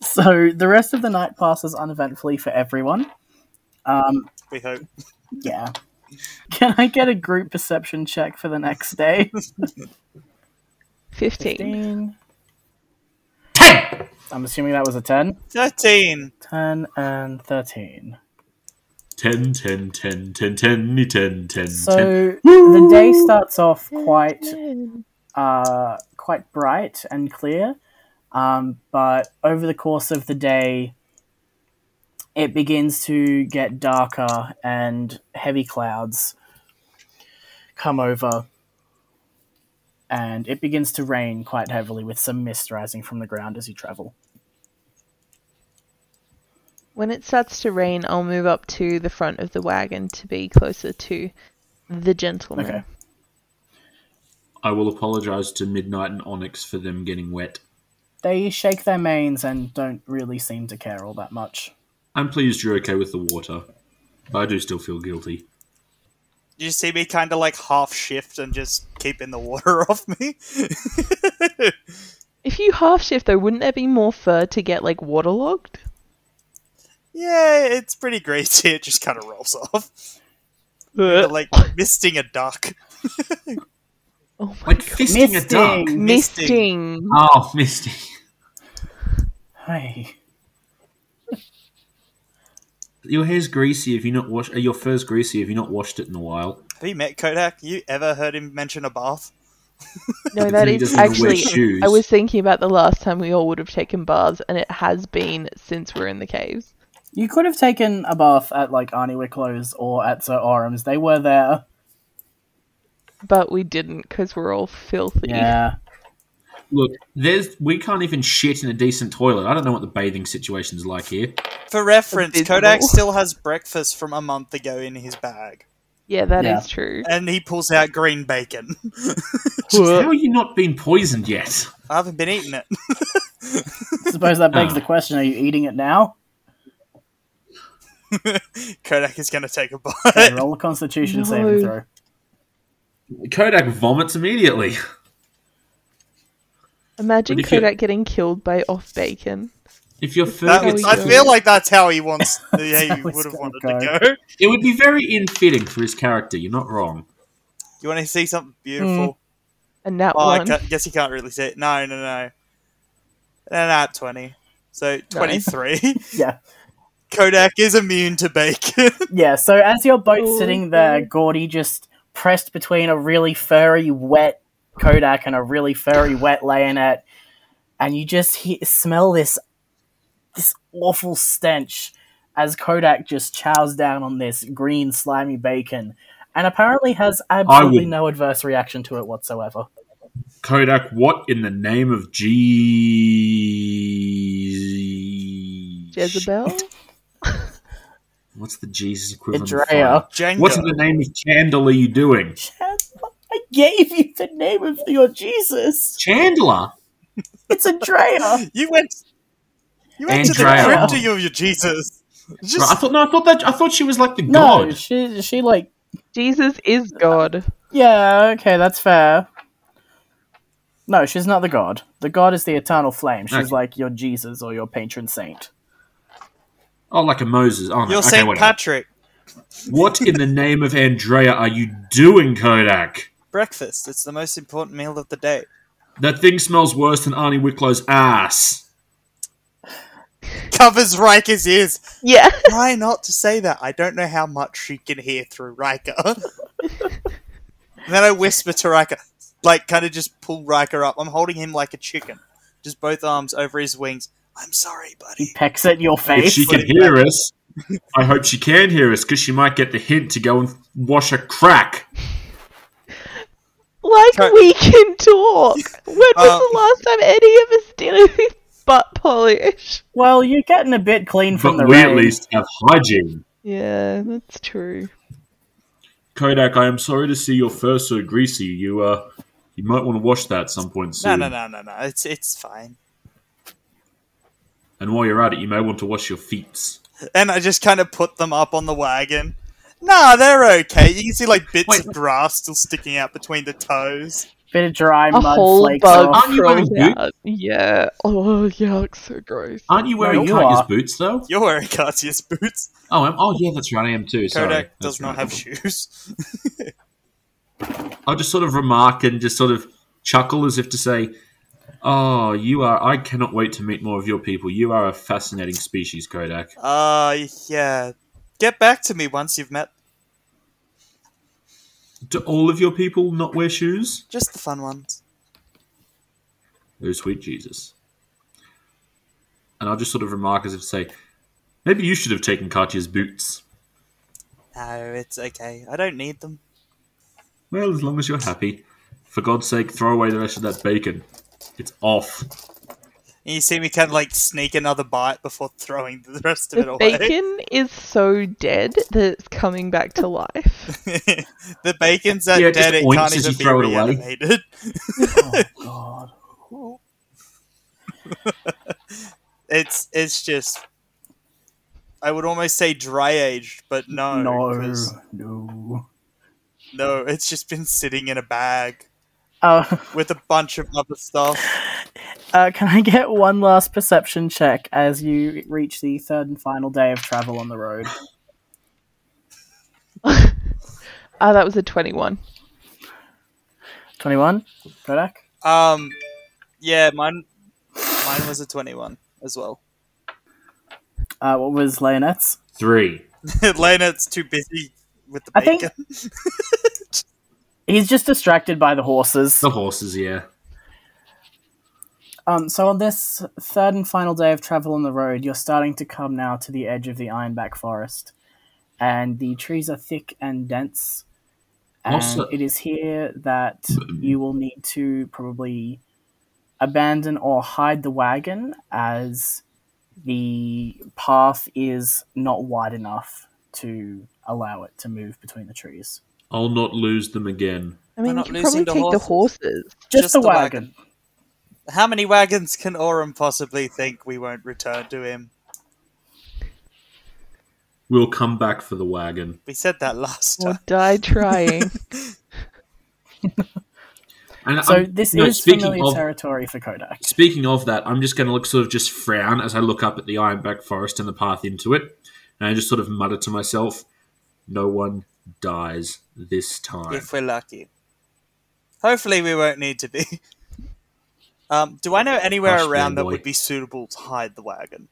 Speaker 1: So the rest of the night passes uneventfully for everyone. Um,
Speaker 4: We hope.
Speaker 1: yeah. Can I get a group perception check for the next day?
Speaker 3: Fifteen.
Speaker 1: 10! I'm assuming that was a 10.
Speaker 4: Thirteen.
Speaker 1: 10 and 13.
Speaker 2: 10, 10, 10, 10, 10, 10, 10,
Speaker 1: So the day starts off quite uh, quite bright and clear, um, but over the course of the day, it begins to get darker and heavy clouds come over, and it begins to rain quite heavily with some mist rising from the ground as you travel.
Speaker 3: When it starts to rain, I'll move up to the front of the wagon to be closer to the gentleman.
Speaker 1: Okay.
Speaker 2: I will apologize to Midnight and Onyx for them getting wet.
Speaker 1: They shake their manes and don't really seem to care all that much.
Speaker 2: I'm pleased you're okay with the water. I do still feel guilty.
Speaker 4: You see me kind of like half shift and just keeping the water off me.
Speaker 3: If you half shift though, wouldn't there be more fur to get like waterlogged?
Speaker 4: yeah, it's pretty greasy. It just kind of rolls off,
Speaker 3: oh
Speaker 4: like misting a duck.
Speaker 3: my
Speaker 2: Like
Speaker 3: god.
Speaker 2: fisting a duck.
Speaker 1: Misting.
Speaker 3: Misting.
Speaker 2: Oh, misting.
Speaker 1: Hey.
Speaker 2: Your hair's greasy if you not wash. uh, Your fur's greasy if you not washed it in a while.
Speaker 4: Have you met Kodak? You ever heard him mention a bath?
Speaker 3: No,
Speaker 2: If
Speaker 3: that
Speaker 2: he
Speaker 3: is
Speaker 2: doesn't wear
Speaker 3: actually.
Speaker 2: shoes.
Speaker 3: I was thinking about the last time we all would have taken baths, and it has been since we're in the caves.
Speaker 1: You could have taken a bath at like Arnie Wicklow's or at Sir Oram's. They were there.
Speaker 3: But we didn't because we're all filthy.
Speaker 1: Yeah.
Speaker 2: Look, there's we can't even shit in a decent toilet. I don't know what the bathing situation's like here.
Speaker 4: For reference,
Speaker 3: Abysmal.
Speaker 4: Kodak still has breakfast from a month ago in his bag,
Speaker 3: Yeah, that is
Speaker 1: Yeah.
Speaker 3: true.
Speaker 4: and he pulls out green bacon.
Speaker 2: How are you not being poisoned yet?
Speaker 4: I haven't been eating it.
Speaker 1: Suppose that begs the question: Are you eating it now?
Speaker 4: Kodak is going to take a
Speaker 1: Okay,
Speaker 4: bite.
Speaker 1: roll a Constitution
Speaker 3: No.
Speaker 1: saving throw.
Speaker 2: Kodak vomits immediately.
Speaker 3: Imagine
Speaker 2: But if you-
Speaker 3: Kodak getting killed by off bacon.
Speaker 2: If your fur
Speaker 4: That-
Speaker 2: gets,
Speaker 3: we
Speaker 4: I
Speaker 3: go.
Speaker 4: feel like that's how he wants. yeah,
Speaker 1: how
Speaker 4: he
Speaker 1: it's
Speaker 4: would have
Speaker 1: gonna
Speaker 4: wanted to go.
Speaker 2: it would be very infitting for his character. You're not wrong.
Speaker 4: You want to see something beautiful?
Speaker 3: And that
Speaker 4: Oh, I
Speaker 3: one.
Speaker 4: ca- guess you can't really see it. No, no, no. No, not twenty. So twenty-three.
Speaker 1: Yeah.
Speaker 4: Kodak is immune to bacon.
Speaker 1: Yeah, so as you're both
Speaker 3: Oh,
Speaker 1: sitting there,
Speaker 3: God.
Speaker 1: Gordy just pressed between a really furry, wet Kodak and a really furry, wet Leonette, and you just he- smell this this awful stench as Kodak just chows down on this green, slimy bacon, and apparently has absolutely no adverse reaction to it whatsoever.
Speaker 2: Kodak, what in the name of Jesus?
Speaker 3: Jezebel?
Speaker 2: What's the Jesus equivalent? of
Speaker 1: Andrea,
Speaker 4: Jenga.
Speaker 2: What in the name of Chandler are you doing?
Speaker 1: I gave you the name of your Jesus.
Speaker 2: Chandler?
Speaker 1: It's Andrea.
Speaker 4: You went. You went
Speaker 2: Andrea.
Speaker 4: to the crypt of your Jesus.
Speaker 2: Bro, I
Speaker 4: Just
Speaker 2: thought no, I thought that I thought she was like the
Speaker 1: No,
Speaker 2: god.
Speaker 1: she she like
Speaker 3: Jesus is God.
Speaker 1: Yeah, okay, that's fair. No, she's not the god. The god is the eternal flame. She's
Speaker 2: Okay.
Speaker 1: like your Jesus or your patron saint.
Speaker 2: Oh, like a Moses. Oh, no.
Speaker 4: your
Speaker 2: okay,
Speaker 4: Saint
Speaker 2: whatever.
Speaker 4: Patrick
Speaker 2: What in the name of Andrea are you doing, Kodak?
Speaker 4: breakfast. It's the most important meal of the day.
Speaker 2: That thing smells worse than Arnie Wicklow's ass.
Speaker 4: Covers Riker's ears.
Speaker 3: Yeah.
Speaker 4: Try not to say that. I don't know how much she can hear through Riker. and then I whisper to Riker, like, kind of just pull Riker up. I'm holding him like a chicken, just both arms over his wings. I'm sorry, buddy.
Speaker 1: Pecks at your
Speaker 2: If
Speaker 1: face.
Speaker 2: she can hear us, I hope she can hear us because she might get the hint to go and wash a crack.
Speaker 3: Like
Speaker 4: Ko-
Speaker 3: we can talk. When was
Speaker 4: Um,
Speaker 3: the last time any of us did anything but polish?
Speaker 1: well, you're getting a bit clean from the
Speaker 2: But we at
Speaker 1: rain.
Speaker 2: least have hygiene.
Speaker 3: Yeah, that's true.
Speaker 2: Kodak, I am sorry to see your fur so greasy. You uh, you might want to wash that at some point
Speaker 4: No,
Speaker 2: soon.
Speaker 4: no, no, no, no. It's it's fine.
Speaker 2: And while you're at it, you may want to wash your feet.
Speaker 4: And I just kind of put them up on the wagon. Nah, they're okay. You can see like bits
Speaker 2: Wait,
Speaker 4: of grass still sticking out between the toes.
Speaker 1: Bit of dry
Speaker 3: A
Speaker 1: mud
Speaker 3: whole
Speaker 1: flakes
Speaker 3: bug
Speaker 1: off.
Speaker 2: Aren't you wearing
Speaker 3: crawls out. Yeah. Oh, yuck, so gross.
Speaker 2: Aren't you wearing
Speaker 1: you
Speaker 2: Katya's
Speaker 1: are.
Speaker 2: boots though?
Speaker 4: You're wearing Cartier's boots.
Speaker 2: Oh, I'm, oh yeah, that's right. I am too. Sorry.
Speaker 4: Kodak
Speaker 2: That's
Speaker 4: does not
Speaker 2: right.
Speaker 4: have shoes.
Speaker 2: I'll just sort of remark and just sort of chuckle as if to say, "Oh, you are. I cannot wait to meet more of your people. You are a fascinating species, Kodak."
Speaker 4: Uh, yeah. Get back to me once you've met
Speaker 2: Do all of your people not wear shoes?
Speaker 4: just the fun ones.
Speaker 2: Oh, sweet Jesus. And I'll just sort of remark as if to say, maybe you should have taken Katya's boots.
Speaker 4: No, it's okay. I don't need them.
Speaker 2: Well, as long as you're happy. For God's sake, throw away the rest of that bacon. It's off.
Speaker 4: And you see me kind of like sneak another bite before throwing the rest of it
Speaker 3: The
Speaker 4: away.
Speaker 3: bacon is so dead that it's coming back to life.
Speaker 4: the bacon's that
Speaker 2: Yeah, it just
Speaker 4: dead; it
Speaker 2: oinks
Speaker 4: can't
Speaker 2: as
Speaker 4: even
Speaker 2: you
Speaker 4: be
Speaker 2: throw it away.
Speaker 4: reanimated.
Speaker 1: oh, God.
Speaker 4: It's it's just I would almost say dry aged, but no.
Speaker 1: no,
Speaker 4: 'cause-
Speaker 1: no.
Speaker 4: No, it's just been sitting in a bag
Speaker 1: Uh,
Speaker 4: with a bunch of other stuff.
Speaker 1: uh, can I get one last perception check as you reach the third and final day of travel on the road?
Speaker 3: Ah, that was a 21.
Speaker 1: 21? Kodak?
Speaker 4: Um yeah, mine mine was a twenty one as well.
Speaker 1: Uh, what was Leonette's?
Speaker 2: Three.
Speaker 4: Leonard's too busy with the
Speaker 1: I think-
Speaker 4: bacon.
Speaker 1: He's just distracted by the horses.
Speaker 2: The horses, yeah.
Speaker 1: Um, so on this third and final day of travel on the road, you're starting to come now to the edge of the Ironback Forest, and the trees are thick and dense. And
Speaker 2: Also-
Speaker 1: it is here that you will need to probably abandon or hide the wagon, as the path is not wide enough to allow it to move between the trees.
Speaker 2: I'll not lose them again.
Speaker 3: I mean, you
Speaker 4: not
Speaker 3: could probably
Speaker 4: losing the
Speaker 3: take the horses.
Speaker 1: Just,
Speaker 4: Just
Speaker 1: the,
Speaker 4: the
Speaker 1: wagon.
Speaker 4: wagon. How many wagons can Aurum possibly think we won't return to him?
Speaker 2: We'll come back for the wagon.
Speaker 4: We said that last
Speaker 3: Or
Speaker 4: time.
Speaker 3: die trying.
Speaker 2: And
Speaker 1: So
Speaker 2: I'm-
Speaker 1: this
Speaker 2: Um, no,
Speaker 1: is familiar
Speaker 2: of,
Speaker 1: territory for Kodak.
Speaker 2: Speaking of that, I'm just going to look sort of just frown as I look up at the Ironback Forest and the path into it, and I just sort of mutter to myself, "No one dies this time."
Speaker 4: If we're lucky. Hopefully we won't need to be. Um, do I know anywhere
Speaker 2: Hush,
Speaker 4: around that
Speaker 2: boy.
Speaker 4: would be suitable to hide the wagon?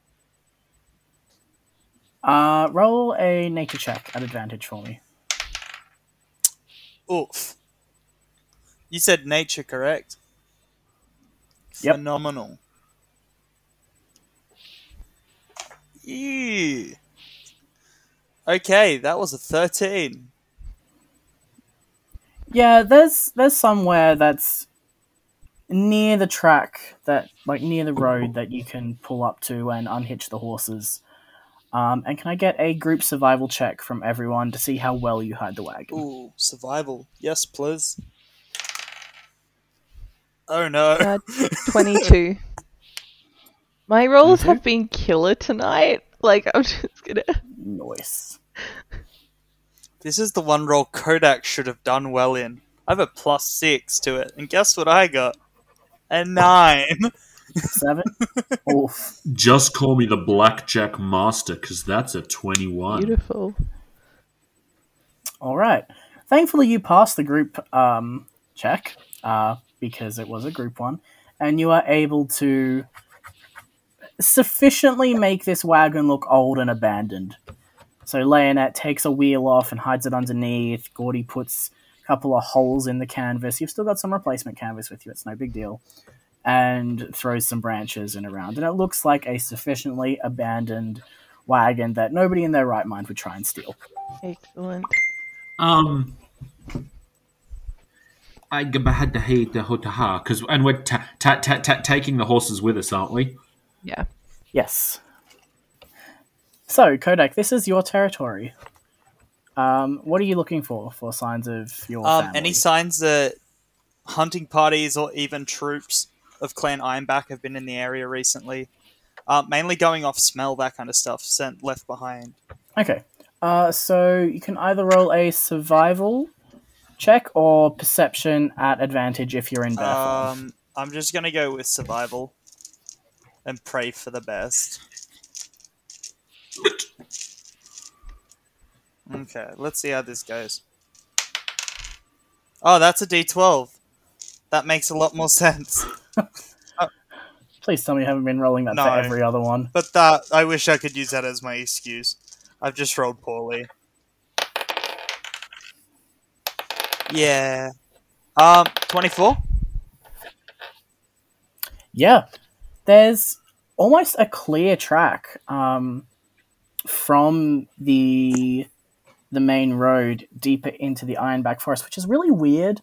Speaker 1: Uh, roll a nature check at advantage for me.
Speaker 4: Oof. You said nature, correct?
Speaker 1: Yep.
Speaker 4: Phenomenal. Ew. Okay, that was a 13.
Speaker 1: Yeah, there's there's somewhere that's near the track that like near the road that you can pull up to and unhitch the horses. Um, and can I get a group survival check from everyone to see how well you hide the wagon?
Speaker 4: Ooh, survival. Yes, please. Oh no.
Speaker 3: Uh, 22. My rolls
Speaker 1: 22?
Speaker 3: have been killer tonight. Like, I'm just gonna.
Speaker 1: Noise.
Speaker 4: This is the one roll Kodak should have done well in. I have a plus six to it, and guess what I got? A nine.
Speaker 1: Seven. Oof.
Speaker 2: Just call me the Blackjack Master, because that's a twenty-one.
Speaker 3: Beautiful.
Speaker 1: All right. Thankfully, you passed the group um, check uh, because it was a group one, and you are able to sufficiently make this wagon look old and abandoned. So Leonette takes a wheel off and hides it underneath. Gordy puts a couple of holes in the canvas. You've still got some replacement canvas with you. It's no big deal. And throws some branches in around, and it looks like a sufficiently abandoned wagon that nobody in their right mind would try and steal.
Speaker 3: Excellent.
Speaker 2: Um, I g- had to hate the hotaha because, and we're ta- ta- ta- ta- taking the horses with us, aren't we?
Speaker 3: Yeah.
Speaker 1: Yes. So, Kodak, this is your territory. Um, what are you looking for for signs of your
Speaker 4: Um,
Speaker 1: family?
Speaker 4: any signs that hunting parties or even troops of Clan Ironback have been in the area recently? Uh, mainly going off smell, that kind of stuff, sent left behind.
Speaker 1: okay. Uh, so you can either roll a survival check or perception at advantage if you're in bear form.
Speaker 4: Um, I'm just gonna go with survival and pray for the best. Okay, let's see how this goes. Oh, that's a D12. That makes a lot more sense.
Speaker 1: Please tell me you haven't been rolling that
Speaker 4: No.
Speaker 1: for every other one.
Speaker 4: But that I wish I could use that as my excuse. I've just rolled poorly. Yeah. Um, 24?
Speaker 1: Yeah, there's almost a clear track um, from the the main road deeper into the Ironback Forest, which is really weird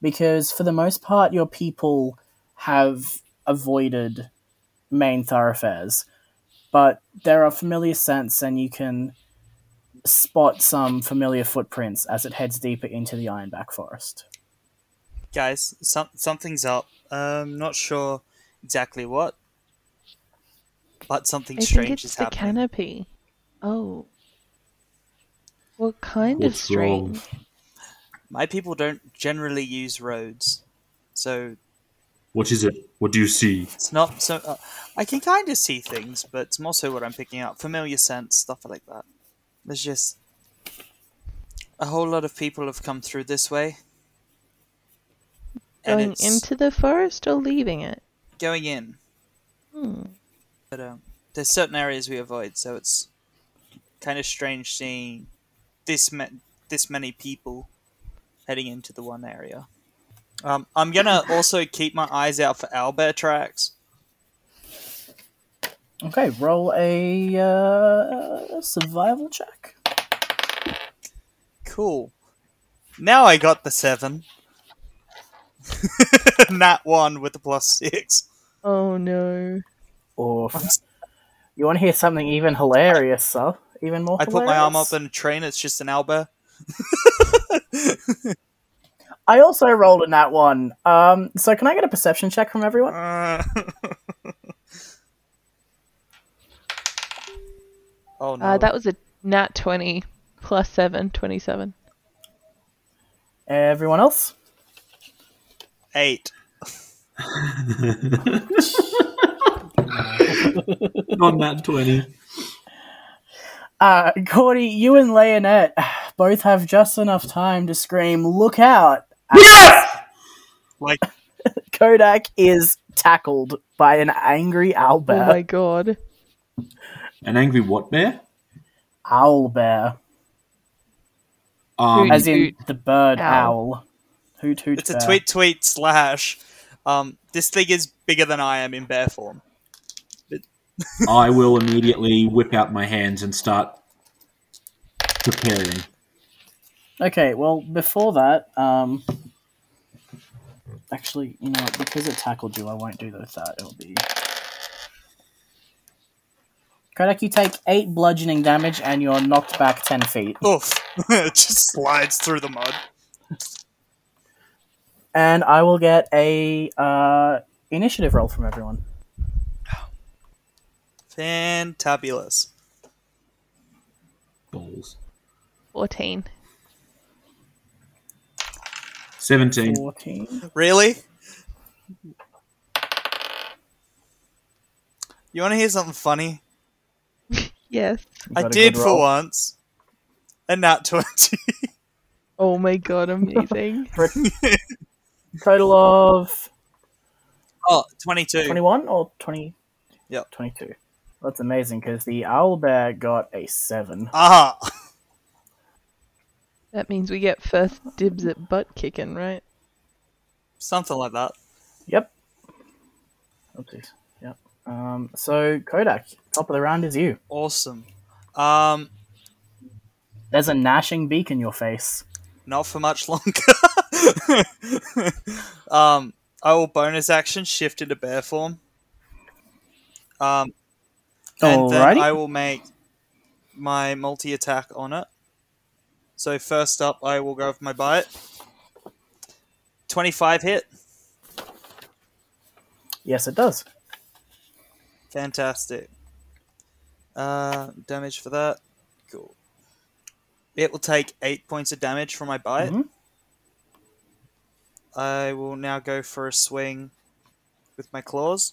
Speaker 1: because for the most part, your people have avoided main thoroughfares, but there are familiar scents, and you can spot some familiar footprints as it heads deeper into the Ironback Forest.
Speaker 4: guys, some, something's up. Um, not sure exactly what. but something
Speaker 3: I
Speaker 4: strange
Speaker 3: think it's
Speaker 4: is
Speaker 3: the
Speaker 4: happening.
Speaker 3: canopy. Oh. Well, kind of
Speaker 2: What's
Speaker 3: strange.
Speaker 2: wrong?
Speaker 4: My people don't generally use roads, so
Speaker 2: What is it? What do you see?
Speaker 4: it's not so. Uh, I can kind of see things, but it's more so what I'm picking up familiar sense, stuff like that. There's just a whole lot of people have come through this way. and
Speaker 3: Going
Speaker 4: it's
Speaker 3: into the forest or leaving it?
Speaker 4: going in.
Speaker 3: Hmm.
Speaker 4: But um, there's certain areas we avoid, so it's kind of strange seeing this ma- this many people heading into the one area. Um, I'm gonna also keep my eyes out for owlbear tracks.
Speaker 1: Okay, roll a uh, survival check.
Speaker 4: Cool. Now I got the seven. Nat one with the plus six.
Speaker 3: Oh no.
Speaker 1: Or you want to hear something even hilarious, sir? Even more.
Speaker 4: I put my arm
Speaker 1: hilarious?
Speaker 4: up in a train. It's just an owlbear.
Speaker 1: I also rolled in that one. Um, so can I get a perception check from everyone?
Speaker 4: Uh. oh no!
Speaker 3: Uh, that was a nat 20 plus 7, 27.
Speaker 1: Everyone else?
Speaker 4: Eight.
Speaker 2: Not that twenty.
Speaker 1: Uh, Cordy, you and Leonette both have just enough time to scream, "Look out!"
Speaker 4: Like
Speaker 1: Kodak is tackled by an angry owl
Speaker 3: Oh
Speaker 1: bear.
Speaker 3: my god.
Speaker 2: An angry what bear?
Speaker 1: Owl bear,
Speaker 2: Um,
Speaker 1: as in
Speaker 3: Hoot,
Speaker 1: the bird
Speaker 3: owl.
Speaker 1: owl. Hoot hoot.
Speaker 4: It's a
Speaker 1: bear.
Speaker 4: tweet tweet slash. Um, this thing is bigger than I am in bear form.
Speaker 2: I will immediately whip out my hands and start preparing.
Speaker 1: Okay, well, before that, um, actually, you know, what, because it tackled you, I won't do with that. It'll be. Kodak, you take 8 bludgeoning damage and you're knocked back 10 feet.
Speaker 4: Oof! it just slides through the mud.
Speaker 1: And I will get a uh, initiative roll from everyone.
Speaker 4: Fantabulous.
Speaker 2: Balls.
Speaker 3: 14.
Speaker 2: Seventeen.
Speaker 1: 14.
Speaker 4: Really? You want to hear something funny?
Speaker 3: Yes.
Speaker 1: Got
Speaker 4: I
Speaker 1: a
Speaker 4: did
Speaker 1: good
Speaker 4: for
Speaker 1: roll.
Speaker 4: once. And nat twenty.
Speaker 3: Oh my god, amazing.
Speaker 1: Total of
Speaker 4: oh, 22.
Speaker 1: 21 or 20?
Speaker 4: Yep.
Speaker 1: 22. That's amazing because the owl bear got a 7.
Speaker 4: Aha!
Speaker 3: that means we get first dibs at butt kicking, right?
Speaker 4: Something like that.
Speaker 1: Yep. Oh, jeez. Yep. Um, so, Kodak, top of the round is you.
Speaker 4: Awesome. Um,
Speaker 1: There's a gnashing beak in your face.
Speaker 4: not for much longer. um, I will bonus action shift into bear form. Um, and then
Speaker 1: Alrighty.
Speaker 4: I will make my multi attack on it. So first up, I will go for my bite. Twenty-five hit,
Speaker 1: Yes, it does.
Speaker 4: fantastic. Uh, damage for that, cool. It will take eight points of damage from my bite.
Speaker 1: Mhm.
Speaker 4: I will now go for a swing with my claws.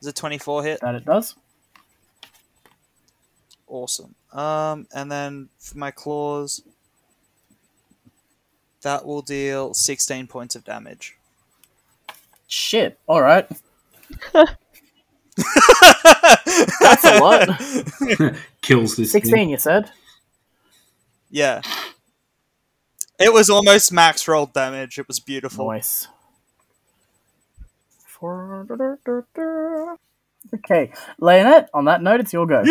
Speaker 4: Is a 24 hit?
Speaker 1: That it does.
Speaker 4: Awesome. Um, and then for my claws, that will deal 16 points of damage.
Speaker 1: Shit. All right. That's a lot.
Speaker 2: Kills this thing.
Speaker 1: 16, you said.
Speaker 4: Yeah. It was almost max roll damage. It was beautiful.
Speaker 1: Nice. Okay, Leonette, on that note, it's your go.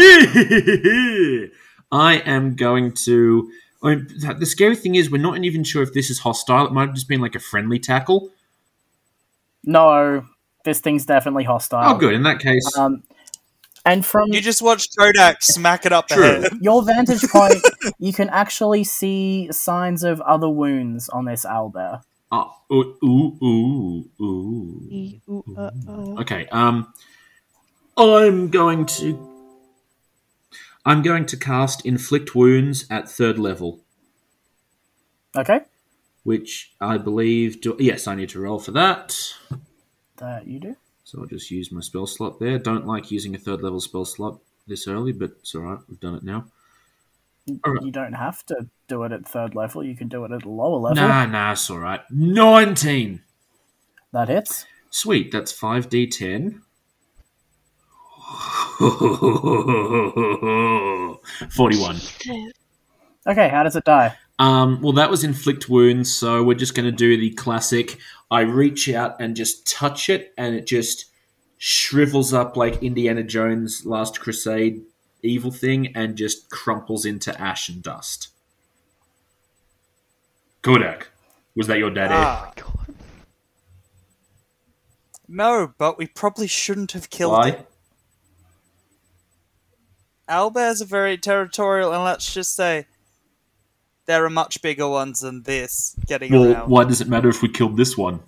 Speaker 2: I am going to. I mean, the scary thing is, we're not even sure if this is hostile. It might have just been like a friendly tackle.
Speaker 1: No, this thing's definitely
Speaker 2: Oh,
Speaker 1: hostile.
Speaker 2: good. In that case,
Speaker 1: Um, and from
Speaker 4: You just watched Kodak smack it up the
Speaker 2: True.
Speaker 4: head.
Speaker 1: your vantage point, you can actually see signs of other wounds on this owl bear.
Speaker 2: oh, ooh, ooh, ooh, ooh.
Speaker 3: E- ooh, uh, oh.
Speaker 2: Okay. Um, I'm going to. I'm going to cast inflict wounds at third level,
Speaker 1: Okay,
Speaker 2: which I believe. Do, yes, I need to roll for that.
Speaker 1: that you do.
Speaker 2: So I'll just use my spell slot there. Don't like using a third level spell slot this early, but it's all right. We've done it now. Alright.
Speaker 1: You don't have to do it at third level. You can do it at a lower level.
Speaker 2: Nah, nah, it's all right. Nineteen.
Speaker 1: That hits.
Speaker 2: Sweet, that's 5d10. 41.
Speaker 1: Okay, how does it die?
Speaker 2: Um, well, that was inflict wounds, so we're just going to do the classic I reach out and just touch it, and it just shrivels up like Indiana Jones' Last Crusade evil thing and just crumples into ash and dust. Kodak, was that your daddy?
Speaker 4: Ah.
Speaker 3: God.
Speaker 4: No, but we probably shouldn't have killed
Speaker 2: Why?
Speaker 4: it. Owlbears are very territorial, and let's just say there are much bigger ones than this getting
Speaker 2: Well,
Speaker 4: around.
Speaker 2: why does it matter if we killed this one?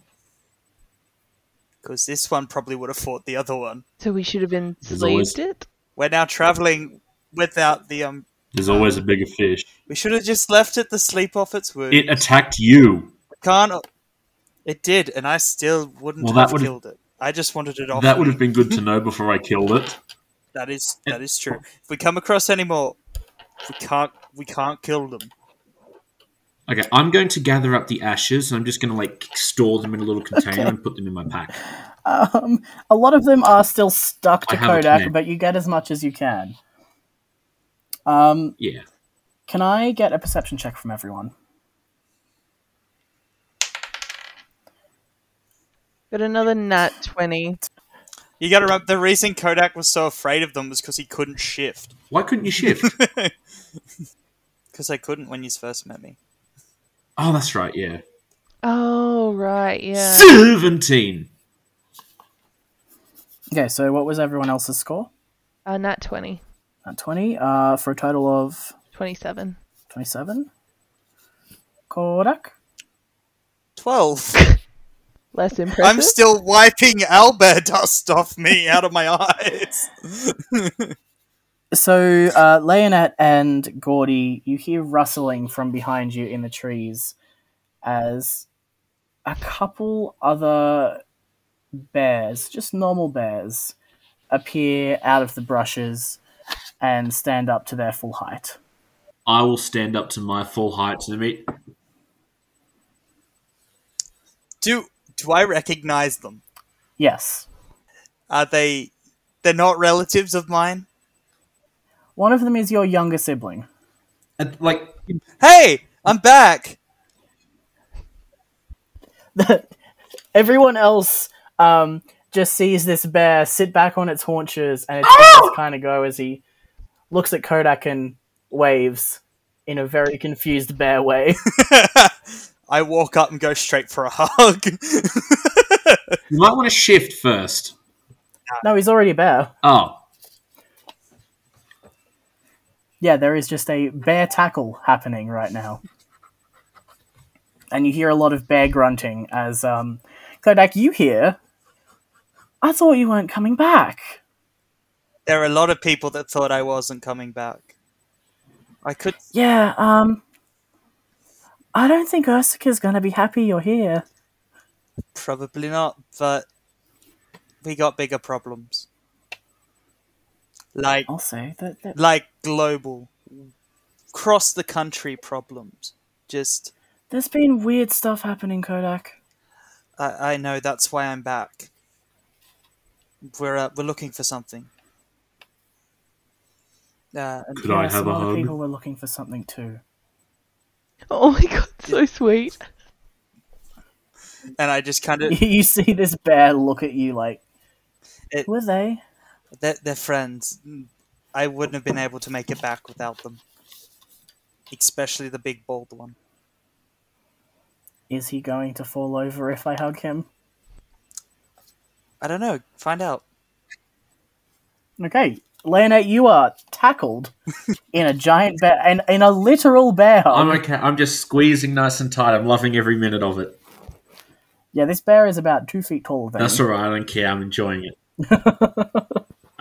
Speaker 4: Because this one probably would have fought the other one.
Speaker 3: So we should have
Speaker 2: There's always-
Speaker 3: enslaved it?
Speaker 4: We're now traveling without the um.
Speaker 2: There's always a bigger fish.
Speaker 4: We should have just left it to sleep off its wounds.
Speaker 2: It attacked you.
Speaker 4: Can't. It did, and I still wouldn't
Speaker 2: Well, that
Speaker 4: have
Speaker 2: would've-
Speaker 4: killed it. I just wanted it off.
Speaker 2: That
Speaker 4: me.
Speaker 2: would have been good to know before I killed it.
Speaker 4: That is that is true. If we come across any more, we can't we can't kill them.
Speaker 2: Okay, I'm going to gather up the ashes and I'm just going to like store them in a little container and put them in my pack.
Speaker 1: Um, a lot of them are still stuck to
Speaker 2: I have a
Speaker 1: Kodak,
Speaker 2: plan.
Speaker 1: but you get as much as you can. Um,
Speaker 2: Yeah.
Speaker 1: can I get a perception check from everyone?
Speaker 3: Got another nat 20.
Speaker 4: You got to remember the reason Kodak was so afraid of them was because he couldn't shift.
Speaker 2: Why couldn't you shift?
Speaker 4: Because I couldn't when you first met me.
Speaker 2: oh, that's right. Yeah.
Speaker 3: Oh, right, yeah.
Speaker 2: Seventeen.
Speaker 1: Okay, so what was everyone else's score?
Speaker 3: Uh, nat 20.
Speaker 1: At 20, uh, for a total of
Speaker 3: 27.
Speaker 1: 27. Kodak?
Speaker 4: Twelve.
Speaker 3: Less impressive.
Speaker 4: I'm still wiping owlbear dust off me out of my eyes.
Speaker 1: So, uh, Leonette and Gordy, you hear rustling from behind you in the trees as a couple other bears, just normal bears, appear out of the brushes and stand up to their full height.
Speaker 2: I will stand up to my full height to meet.
Speaker 4: Do do I recognize them?
Speaker 1: Yes.
Speaker 4: Are they? They're not relatives of mine.
Speaker 1: One of them is your younger sibling.
Speaker 2: At, like
Speaker 4: Hey, I'm back.
Speaker 1: Everyone else um, just sees this bear sit back on its haunches and it kind of go as he looks at Kodak and waves in a very confused bear way.
Speaker 4: I walk up and go straight for a hug.
Speaker 2: you might want to shift first.
Speaker 1: no, he's already a bear.
Speaker 2: Oh,
Speaker 1: Yeah, there is just a bear tackle happening right now. And you hear a lot of bear grunting as um, Kodak, you hear. I thought you weren't coming back.
Speaker 4: there are a lot of people that thought I wasn't coming back. I could.
Speaker 1: Yeah, um. I don't think Ursica's gonna be happy you're here.
Speaker 4: Probably not, but we got bigger problems. Like
Speaker 1: Also, that, that
Speaker 4: like global cross the country problems. Just
Speaker 1: There's been weird stuff happening, Kodak.
Speaker 4: I, I know that's why I'm back. We're uh, we're looking for something. Uh, and
Speaker 2: could I
Speaker 1: Yes,
Speaker 2: have
Speaker 1: a
Speaker 2: a
Speaker 1: lot of
Speaker 2: hug?
Speaker 1: people were looking for something too.
Speaker 3: Oh my god, so sweet.
Speaker 4: and I just kind of
Speaker 1: you see this bear look at you like,
Speaker 4: It-
Speaker 1: were they?
Speaker 4: they're, they're friends. I wouldn't have been able to make it back without them, especially the big bald one.
Speaker 1: Is he going to fall over if I hug him?
Speaker 4: I don't know. Find out.
Speaker 1: Okay, Leonette, you are tackled in a giant bear, in, in a literal bear hug.
Speaker 2: I'm okay. I'm just squeezing nice and tight. I'm loving every minute of it.
Speaker 1: yeah, this bear is about two feet taller than
Speaker 2: That's
Speaker 1: you.
Speaker 2: all right. I don't care. I'm enjoying it.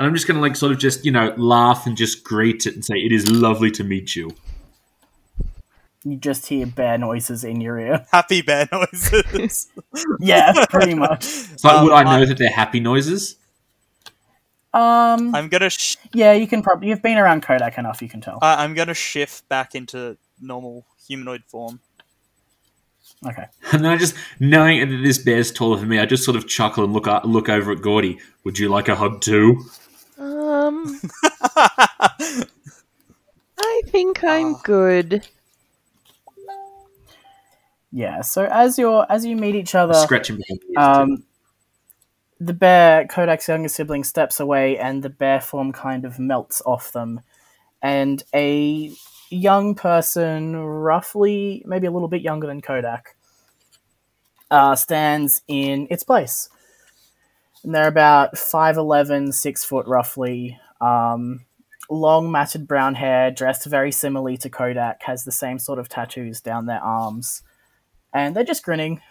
Speaker 2: And I'm just going to like sort of just, you know, laugh and just greet it and say, it is lovely to meet you.
Speaker 1: You just hear bear noises in your ear.
Speaker 4: Happy bear noises.
Speaker 1: yeah, pretty much.
Speaker 2: It's like,
Speaker 4: Um,
Speaker 2: would I know
Speaker 4: I-
Speaker 2: that they're happy noises?
Speaker 1: Um,
Speaker 4: I'm gonna sh-
Speaker 1: yeah, you can probably you've been around Kodak enough. You can tell.
Speaker 4: I- I'm gonna shift back into normal humanoid form.
Speaker 1: Okay.
Speaker 2: And then I just, knowing that this bear's taller than me, I just sort of chuckle and look, up, look over at Gordy. Would you like a hug too?
Speaker 3: Um, I think I'm
Speaker 4: Ah.
Speaker 3: good.
Speaker 1: Yeah. So as you're as you meet each other,
Speaker 2: Scratch him behind the ears, too.
Speaker 1: um, the bear, Kodak's younger sibling, steps away, and the bear form kind of melts off them, and a young person, roughly maybe a little bit younger than Kodak, uh, stands in its place. And they're about 5'11", 6 foot roughly. Um, long matted brown hair, dressed very similarly to Kodak, has the same sort of tattoos down their arms. And they're just grinning,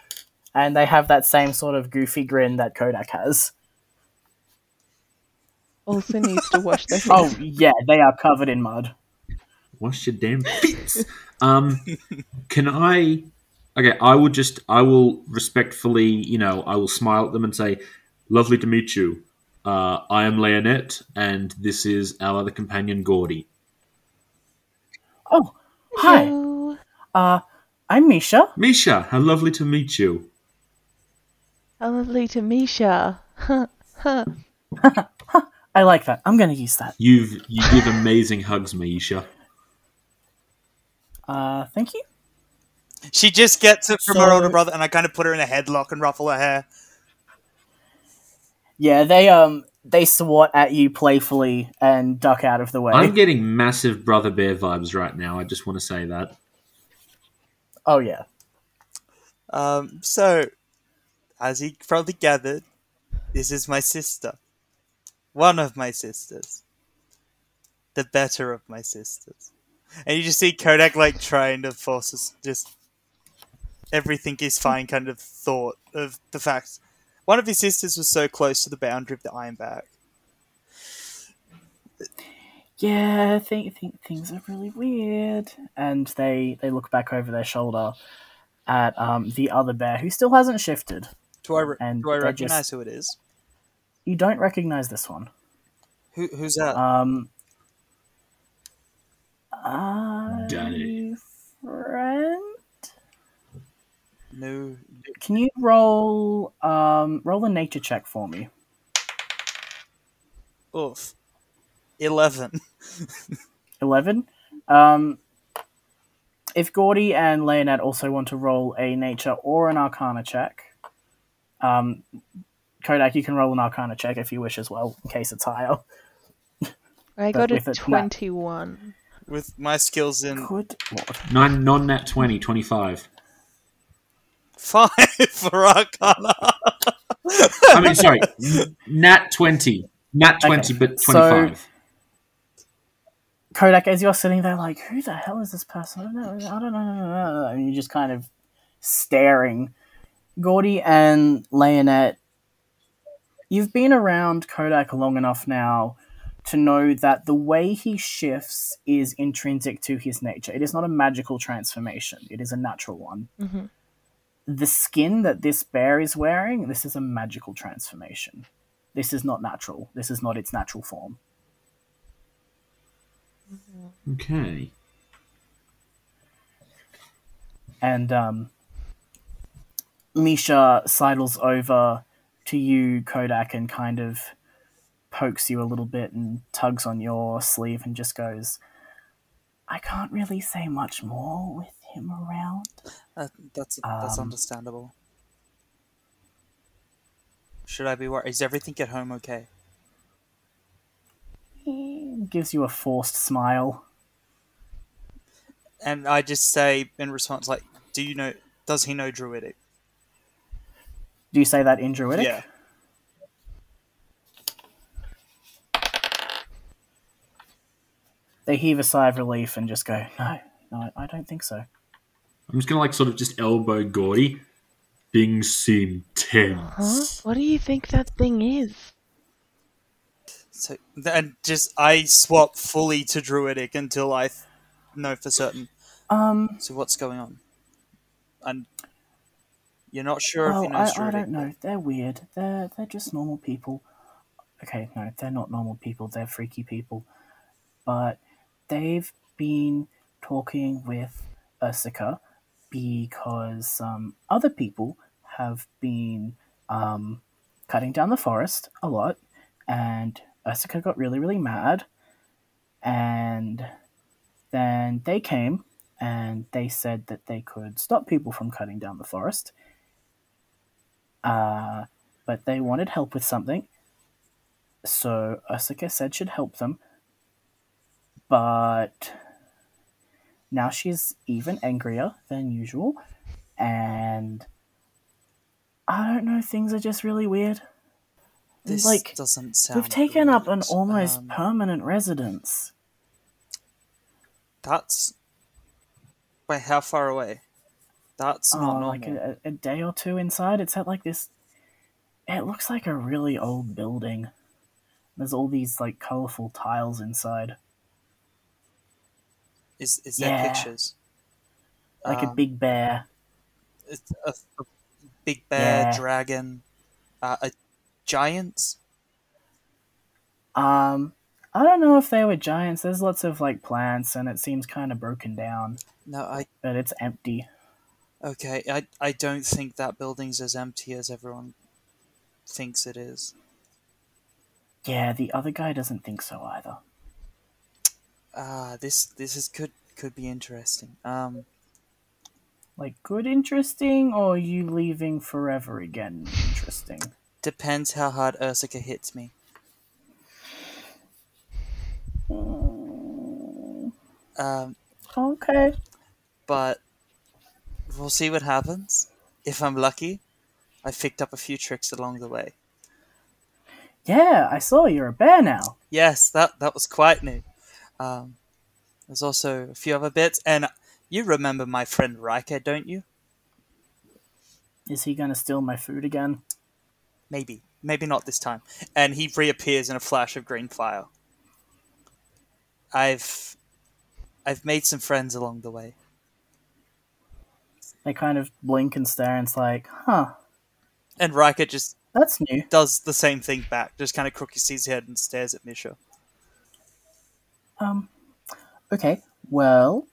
Speaker 1: and they have that same sort of goofy grin that Kodak has.
Speaker 3: Also needs to wash their face.
Speaker 1: Oh yeah, they are covered in mud.
Speaker 2: Wash your damn feet. um, can I? Okay, I will just. I will respectfully, you know, I will smile at them and say, "Lovely to meet you. Uh, I am Leonette, and this is our other companion, Gordy."
Speaker 1: Oh, hi.
Speaker 3: Hello.
Speaker 1: Uh, I'm Misha.
Speaker 2: Misha, how lovely to meet you.
Speaker 3: How lovely to Misha. Huh, huh.
Speaker 1: I like that. I'm gonna use that.
Speaker 2: You've you give amazing hugs, Misha.
Speaker 1: Uh, thank you.
Speaker 4: She just gets it from her
Speaker 1: So-
Speaker 4: older brother, and I kind of put her in a headlock and ruffle her hair.
Speaker 1: Yeah, they um they swat at you playfully and duck out of the way.
Speaker 2: I'm getting massive brother bear vibes right now. I just want to say that.
Speaker 1: oh yeah.
Speaker 4: Um, so, as he probably gathered, this is my sister. One of my sisters. The better of my sisters. And you just see Kodak like trying to force us just everything is fine kind of thought of the fact one of his sisters was so close to the boundary of the ironback.
Speaker 1: Yeah, think think things are really weird. And they they look back over their shoulder at um the other bear who still hasn't shifted.
Speaker 4: Do I, re-
Speaker 1: And
Speaker 4: do I
Speaker 1: they're
Speaker 4: recognize
Speaker 1: just-
Speaker 4: who it is?
Speaker 1: You don't recognize this one.
Speaker 4: Who, who's that?
Speaker 1: Um. Are
Speaker 2: Done it.
Speaker 1: you friend?
Speaker 4: no.
Speaker 1: Can you roll um roll a nature check for me?
Speaker 4: Oof. 11.
Speaker 1: Eleven. Um. If Gordy and Leonette also want to roll a nature or an arcana check, um, Kodak, you can roll an arcana check if you wish as well, in case it's higher. But
Speaker 3: I got a
Speaker 1: with a nat.
Speaker 3: 21.
Speaker 4: With my skills in
Speaker 1: Good lord.
Speaker 2: Nine non nat 20, 25.
Speaker 4: five for Arcana.
Speaker 2: I mean, sorry, n- nat twenty, nat twenty,
Speaker 1: Okay,
Speaker 2: but
Speaker 1: so-
Speaker 2: twenty-five.
Speaker 1: Kodak, as you're sitting there, like, who the hell is this person? I don't know. I don't know. And you're just kind of staring. Gordy and Leonette, you've been around Kodak long enough now to know that the way he shifts is intrinsic to his nature. It is not a magical transformation, it is a natural one.
Speaker 3: Mm-hmm.
Speaker 1: The skin that this bear is wearing, this is a magical transformation. This is not natural. This is not its natural form.
Speaker 2: Okay.
Speaker 1: and um, Misha sidles over to you, Kodak, and kind of pokes you a little bit and tugs on your sleeve and just goes, "I can't really say much more with him around."
Speaker 4: Uh, that's that's
Speaker 1: Um,
Speaker 4: understandable. Should I be worried? Is everything at home okay?
Speaker 1: He gives you a forced smile.
Speaker 4: And I just say in response, like, do you know? Does he know Druidic?
Speaker 1: Do you say that in Druidic?
Speaker 4: Yeah.
Speaker 1: They heave a sigh of relief and just go, "No, no, I don't think so."
Speaker 2: I'm just gonna like sort of just elbow Gordy. Things seem
Speaker 3: Huh?
Speaker 2: tense.
Speaker 3: What do you think that thing is?
Speaker 4: So, and just I swap fully to druidic until I th- know for certain.
Speaker 1: Um,
Speaker 4: So what's going on? And you're not sure if
Speaker 1: oh,
Speaker 4: you know
Speaker 1: I,
Speaker 4: it's
Speaker 1: I
Speaker 4: druidic.
Speaker 1: don't know. They're weird. They're they're just normal people. Okay, no, they're not normal people. They're freaky people. But they've been talking with Ursica because um, other people have been um, cutting down the forest a lot, and Ursica got really, really mad. And then they came and they said that they could stop people from cutting down the forest. Uh, but they wanted help with something. So Ursica said she'd help them. But now she's even angrier than usual. And I don't know, things are just really weird.
Speaker 4: This
Speaker 1: like,
Speaker 4: doesn't sound.
Speaker 1: We've taken up an
Speaker 4: good.
Speaker 1: almost
Speaker 4: Um,
Speaker 1: permanent residence.
Speaker 4: That's. Wait, how far away? That's
Speaker 1: Oh,
Speaker 4: not normal.
Speaker 1: like a, a day or two inside. It's at like this. It looks like a really old building. There's all these like colorful tiles inside,
Speaker 4: Is is there
Speaker 1: Yeah.
Speaker 4: pictures?
Speaker 1: like a
Speaker 4: Um,
Speaker 1: big bear.
Speaker 4: it's a, a big bear,
Speaker 1: Yeah.
Speaker 4: dragon, uh, a giant.
Speaker 1: Um, I don't know if they were giants. There's lots of like plants, and it seems kind of broken down,
Speaker 4: No, I
Speaker 1: but it's empty.
Speaker 4: okay. I I don't think that building's as empty as everyone thinks it is.
Speaker 1: Yeah, the other guy doesn't think so either.
Speaker 4: Ah, this this is could could be interesting. Um,
Speaker 1: Like, good, interesting, or you leaving forever again? Interesting.
Speaker 4: depends how hard Ursica hits me. Um,
Speaker 1: Okay.
Speaker 4: but we'll see what happens. If I'm lucky, I picked up a few tricks along the way.
Speaker 1: Yeah, I saw you're a bear now.
Speaker 4: Yes, that that was quite new. Um, there's also a few other bits, and you remember my friend Riker, don't you?
Speaker 1: Is he gonna steal my food again?
Speaker 4: Maybe, maybe not this time. And he reappears in a flash of green fire. I've, I've made some friends along the way.
Speaker 1: They kind of blink and stare, and it's like, huh,
Speaker 4: And Riker just
Speaker 1: that's new.
Speaker 4: does the same thing back, just kind of crooks his head and stares at Misha.
Speaker 1: Um, okay, well,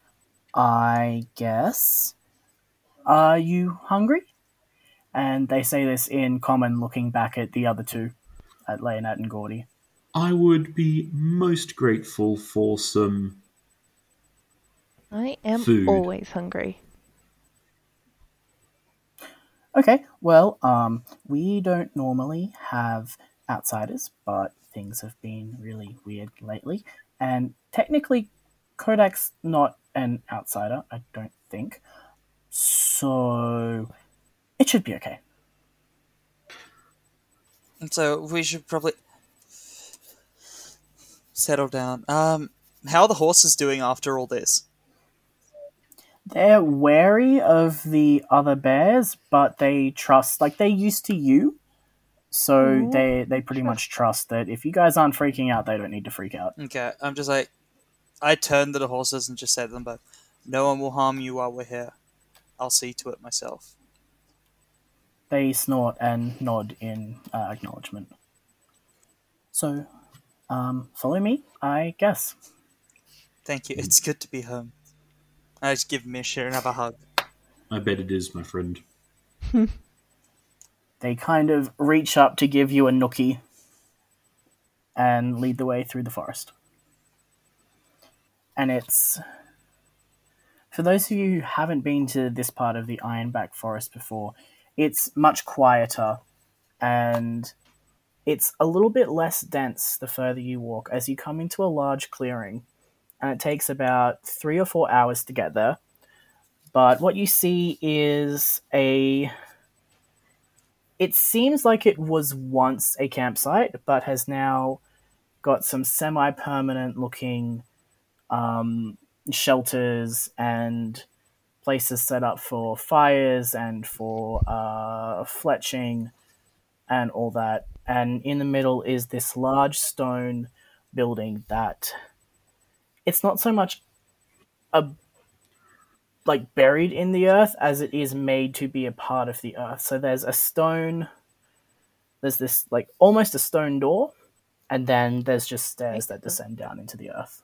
Speaker 1: I guess. Are you hungry? And they say this in common, looking back at the other two, at Leonette and Gordy.
Speaker 2: I would be most grateful for some.
Speaker 3: I am
Speaker 2: Food.
Speaker 3: always hungry.
Speaker 1: Okay, well, um, we don't normally have outsiders, but things have been really weird lately. And technically, Kodak's not an outsider, I don't think. So it should be okay.
Speaker 4: And so we should probably settle down. Um, how are the horses doing after all this?
Speaker 1: They're wary of the other bears, but they trust like they're used to you. So
Speaker 3: Mhm.
Speaker 1: they they pretty much trust that if you guys aren't freaking out, they don't need to freak out.
Speaker 4: Okay, I'm just like, I turn to the horses and just say to them both, "No one will harm you while we're here. I'll see to it myself."
Speaker 1: They snort and nod in uh, acknowledgement. So, um, follow me, I guess.
Speaker 4: Thank you. It's good to be home. I just give Misha another hug.
Speaker 2: I bet it is, my friend.
Speaker 1: They kind of reach up to give you a nookie and lead the way through the forest. And it's. For those of you who haven't been to this part of the Ironback Forest before, it's much quieter and it's a little bit less dense the further you walk as you come into a large clearing. And it takes about three or four hours to get there. But what you see is a it seems like it was once a campsite, but has now got some semi permanent looking um, shelters and places set up for fires and for uh, fletching and all that. and in the middle is this large stone building that it's not so much a like buried in the earth as it is made to be a part of the earth. So there's a stone there's this like almost a stone door and then there's just stairs that descend down into the earth.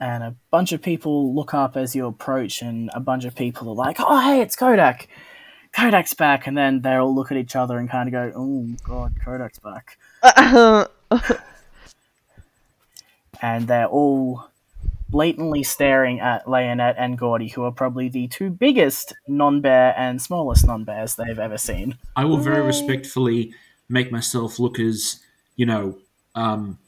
Speaker 1: And a bunch of people look up as you approach and a bunch of people are like, "Oh, hey, it's Kodak." Kodak's back, and then they all look at each other and kind of go, "Oh God, Kodak's back," and they're all blatantly staring at Leonette and Gordy, who are probably the two biggest non-bear and smallest non-bears they've ever seen.
Speaker 2: I will very respectfully make myself look as you know, um,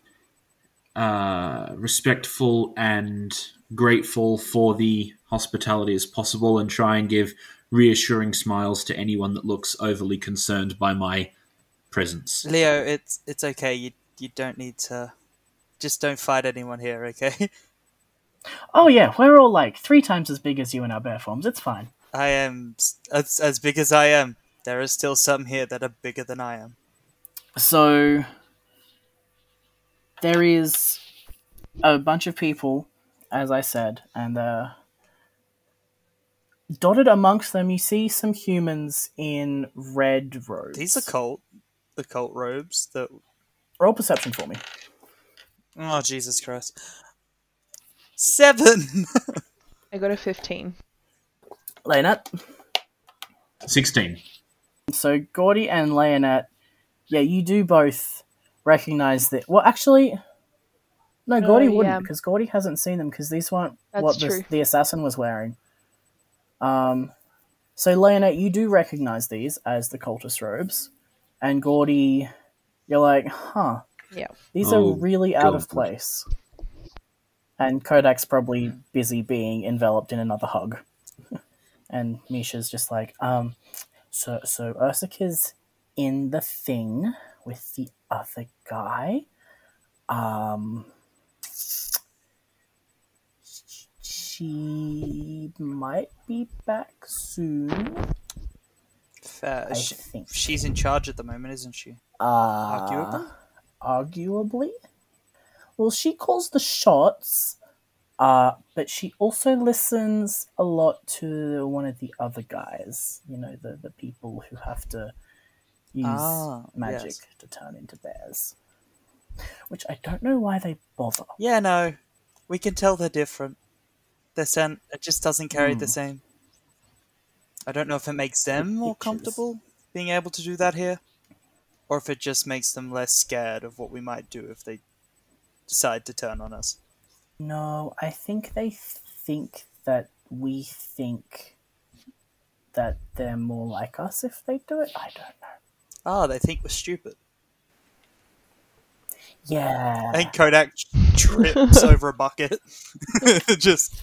Speaker 2: uh, respectful and grateful for the hospitality as possible, and try and give reassuring smiles to anyone that looks overly concerned by my presence.
Speaker 4: Leo, it's it's okay. You you don't need to. Just don't fight anyone here, okay?
Speaker 1: Oh yeah, we're all like three times as big as you in our bear forms. It's fine.
Speaker 4: I am s- as, as big as I am. There are still some here that are bigger than I am.
Speaker 1: So there is a bunch of people, as I said, and uh, dotted amongst them, you see some humans in red robes.
Speaker 4: These are cult, the cult robes that.
Speaker 1: Roll perception for me.
Speaker 4: Oh Jesus Christ! Seven.
Speaker 3: I got a 15.
Speaker 1: Leonette.
Speaker 2: Sixteen.
Speaker 1: So Gordy and Leonette, yeah, you do both recognize that. Well, actually, no, Gordy
Speaker 3: Uh, yeah.
Speaker 1: wouldn't because Gordy hasn't seen them because these weren't
Speaker 3: That's
Speaker 1: what the,
Speaker 3: true.
Speaker 1: the assassin was wearing. Um, so Leonette, you do recognize these as the cultist robes, and Gordy, you're like, huh,
Speaker 3: Yeah.
Speaker 1: these
Speaker 2: Oh,
Speaker 1: are really out of
Speaker 2: God.
Speaker 1: place. And Kodak's probably busy being enveloped in another hug. and Misha's just like, um, so so Ursica's in the thing with the other guy. Um she might be back soon.
Speaker 4: Fair.
Speaker 1: I
Speaker 4: She,
Speaker 1: think.
Speaker 4: she's in charge at the moment, isn't she?
Speaker 1: Uh,
Speaker 4: Arguable.
Speaker 1: arguably. Well, she calls the shots, uh, but she also listens a lot to one of the other guys. You know, the, the people who have to use
Speaker 4: Ah,
Speaker 1: magic
Speaker 4: yes.
Speaker 1: to turn into bears. Which I don't know why they bother.
Speaker 4: Yeah, no. We can tell they're different. Their scent it just doesn't carry the same. I don't know if it makes them more
Speaker 1: pictures.
Speaker 4: comfortable being able to do that here, or if it just makes them less scared of what we might do if they decide to turn on us.
Speaker 1: No, I think they think that we think that they're more like us if they do it. I don't know.
Speaker 4: Ah, they think we're stupid.
Speaker 1: Yeah.
Speaker 4: I think Kodak trips over a bucket. just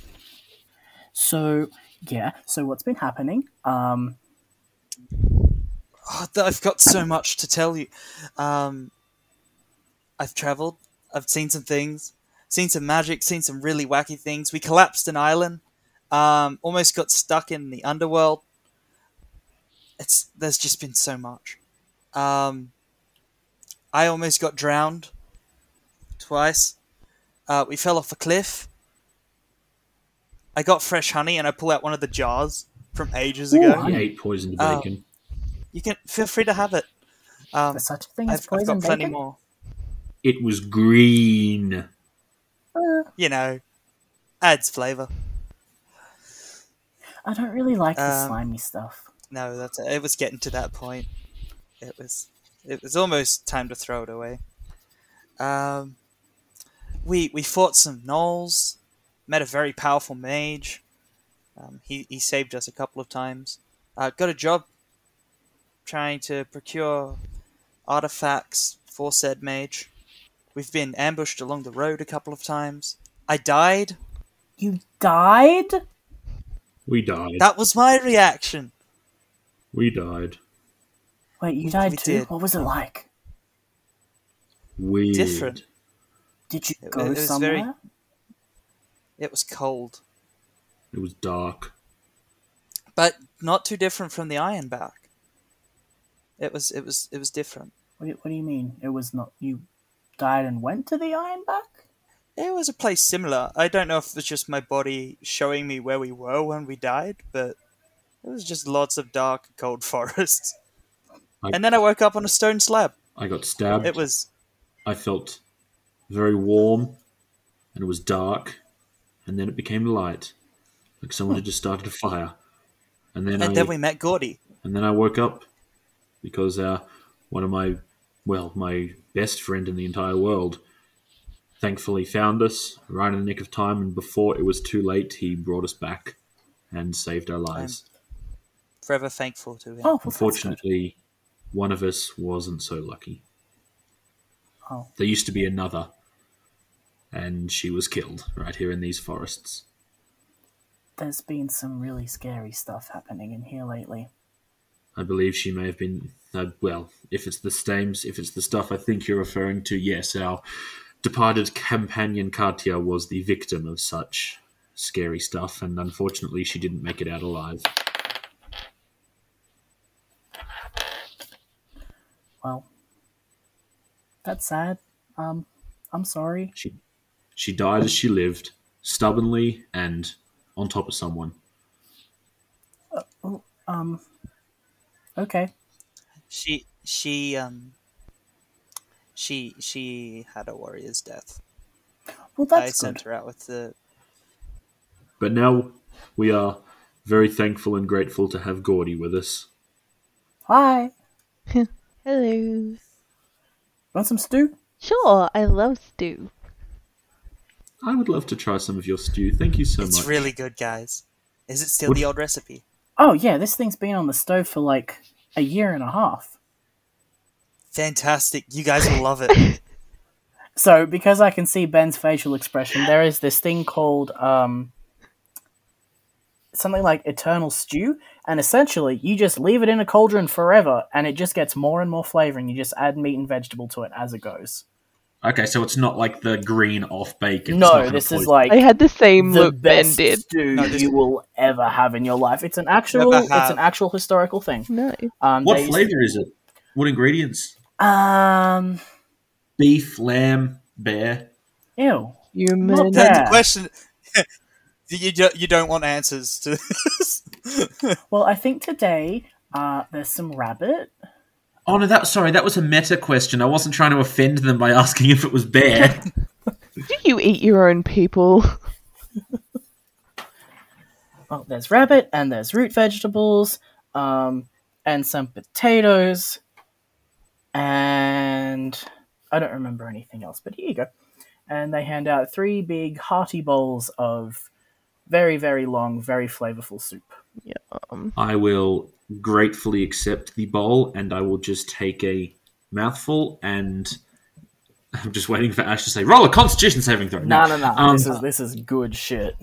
Speaker 1: So yeah, so what's been happening? Um,
Speaker 4: Oh, th- I've got so much to tell you. Um, I've traveled. I've seen some things. Seen some magic. Seen some really wacky things. We collapsed an island. Um, almost got stuck in the underworld. It's there's just been so much. Um, I almost got drowned twice. Uh, we fell off a cliff. I got fresh honey, and I pull out one of the jars from ages
Speaker 1: Ooh,
Speaker 4: ago.
Speaker 2: I ate poisoned
Speaker 4: Oh.
Speaker 2: bacon.
Speaker 4: You can feel free to have it. Um,
Speaker 1: there's such a thing as
Speaker 4: I've, I've
Speaker 1: poison
Speaker 4: got plenty
Speaker 1: bacon?
Speaker 4: more.
Speaker 2: It was green.
Speaker 1: Uh,
Speaker 4: You know, adds flavor.
Speaker 1: I don't really like the
Speaker 4: Um,
Speaker 1: slimy stuff.
Speaker 4: No, that's it. was getting to that point. It was it was almost time to throw it away. Um, we we fought some gnolls, met a very powerful mage. Um, he he saved us a couple of times. Uh, got a job trying to procure artifacts for said mage. We've been ambushed along the road a couple of times. I died.
Speaker 1: You died?
Speaker 2: We died.
Speaker 4: That was my reaction.
Speaker 2: we died.
Speaker 1: Wait, you
Speaker 4: We-
Speaker 1: died
Speaker 4: we
Speaker 1: too.
Speaker 4: did.
Speaker 1: What was it like?
Speaker 2: Weird.
Speaker 4: Different.
Speaker 1: Did you
Speaker 4: It-
Speaker 1: go
Speaker 4: it was
Speaker 1: somewhere?
Speaker 4: very- It was cold.
Speaker 2: It was dark.
Speaker 4: but not too different from the Ironback. It was it was it was different.
Speaker 1: What do, you, what do you mean? It was not you died and went to the Ironback?
Speaker 4: There was a place similar. I don't know if it's just my body showing me where we were when we died, but it was just lots of dark, cold forests.
Speaker 2: I-
Speaker 4: And then I woke up on a stone slab.
Speaker 2: I got stabbed.
Speaker 4: It was
Speaker 2: I felt very warm, and it was dark, and then it became light, like someone had just started a fire, and then I
Speaker 4: and then we met Gordy.
Speaker 2: and then I woke up because uh, one of my well my best friend in the entire world thankfully found us right in the nick of time, and before it was too late, he brought us back and saved our lives.
Speaker 4: Forever thankful to him.
Speaker 1: Oh, well, that's good.
Speaker 2: Unfortunately, one of us wasn't so lucky.
Speaker 1: Oh.
Speaker 2: There used to be another, and she was killed right here in these forests.
Speaker 1: There's been some really scary stuff happening in here lately.
Speaker 2: I believe she may have been. Uh, well, if it's the stames, if it's the stuff I think you're referring to, yes, our departed companion Katia was the victim of such scary stuff, and unfortunately, she didn't make it out alive.
Speaker 1: Well, that's sad. Um, I'm sorry.
Speaker 2: She, she died as she lived, stubbornly and on top of someone.
Speaker 1: Um, okay.
Speaker 4: She she um she she had a warrior's death.
Speaker 1: Well,
Speaker 4: I
Speaker 1: that's
Speaker 4: sent
Speaker 1: good.
Speaker 4: her out with the
Speaker 2: But now we are very thankful and grateful to have Gordy with us.
Speaker 1: Hi.
Speaker 3: Hello.
Speaker 1: Want some stew?
Speaker 3: Sure, I love stew.
Speaker 2: I would love to try some of your stew. Thank you so
Speaker 4: It's
Speaker 2: much.
Speaker 4: really good, guys. Is it still
Speaker 2: Would-
Speaker 4: the old recipe?
Speaker 1: Oh yeah, this thing's been on the stove for like a year and a half.
Speaker 4: Fantastic. You guys will love it.
Speaker 1: So because I can see Ben's facial expression, there is this thing called um something like eternal stew, and essentially you just leave it in a cauldron forever, and it just gets more and more flavoring. You just add meat and vegetable to it as it goes.
Speaker 2: Okay, so it's not like the green off bacon.
Speaker 1: no, this is like
Speaker 3: I had the same
Speaker 1: the
Speaker 3: look Ben
Speaker 1: best
Speaker 3: did.
Speaker 1: stew
Speaker 4: No, this-
Speaker 1: you will ever have in your life. It's an actual,
Speaker 4: Never
Speaker 1: it's
Speaker 4: have.
Speaker 1: an actual historical thing.
Speaker 3: No.
Speaker 1: Um,
Speaker 2: What
Speaker 1: they-
Speaker 2: flavor is it? What ingredients?
Speaker 1: Um,
Speaker 2: Beef, lamb, bear.
Speaker 1: ew.
Speaker 3: You
Speaker 1: Not bad.
Speaker 3: meant
Speaker 4: That's
Speaker 1: Yeah.
Speaker 4: the question. you, do, you don't want answers to this.
Speaker 1: Well, I think today uh, there's some rabbit.
Speaker 2: Oh no, that sorry, that was a meta question. I wasn't trying to offend them by asking if it was bear.
Speaker 3: Do you eat your own people?
Speaker 1: Well, there's rabbit and there's root vegetables, um, and some potatoes, and I don't remember anything else. But here you go. And they hand out three big hearty bowls of very, very long, very flavorful soup.
Speaker 2: I will gratefully accept the bowl, and I will just take a mouthful. And I'm just waiting for Ash to say, "Roll a Constitution saving throw."
Speaker 1: No, no, no.
Speaker 2: Um,
Speaker 1: this is this is good shit.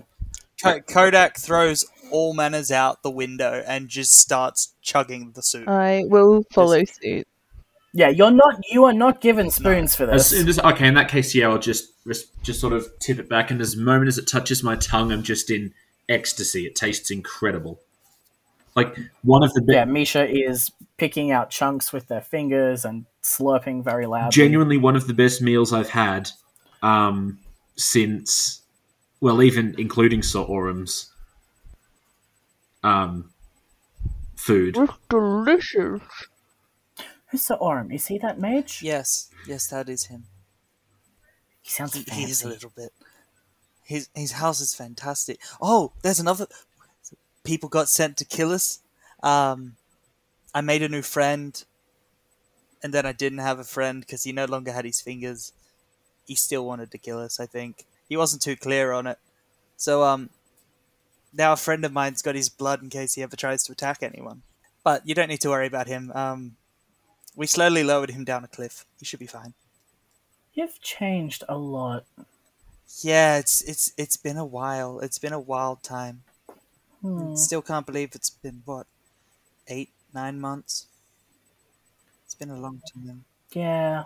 Speaker 4: Ko- Kodak throws all manners out the window and just starts chugging the soup.
Speaker 3: I will follow suit.
Speaker 1: Yeah, you're not. You are not given spoons for
Speaker 2: As
Speaker 1: this.
Speaker 2: soon as okay, in that case, yeah, I'll just res- just sort of tip it back, and as the moment as it touches my tongue, I'm just in ecstasy. It tastes incredible, like one of the be-
Speaker 1: yeah, Misha is picking out chunks with their fingers and slurping very loudly.
Speaker 2: genuinely one of the best meals I've had um, since, well, even including Sir Orum's um, food.
Speaker 3: It's delicious.
Speaker 1: Who's Sir Orm? Is he that mage?
Speaker 4: Yes, yes, that is him.
Speaker 1: He sounds
Speaker 4: He,
Speaker 1: fancy.
Speaker 4: he is a little bit. His his house is fantastic. Oh, there's another. People got sent to kill us. Um, I made a new friend, and then I didn't have a friend because he no longer had his fingers. He still wanted to kill us. I think he wasn't too clear on it. So um, now a friend of mine's got his blood in case he ever tries to attack anyone. But you don't need to worry about him. Um, we slowly lowered him down a cliff. He should be fine.
Speaker 1: You've changed a lot.
Speaker 4: Yeah, it's it's it's been a while. It's been a wild time.
Speaker 1: Hmm.
Speaker 4: Still can't believe it's been what eight, nine months. It's been a long time.
Speaker 1: Yeah.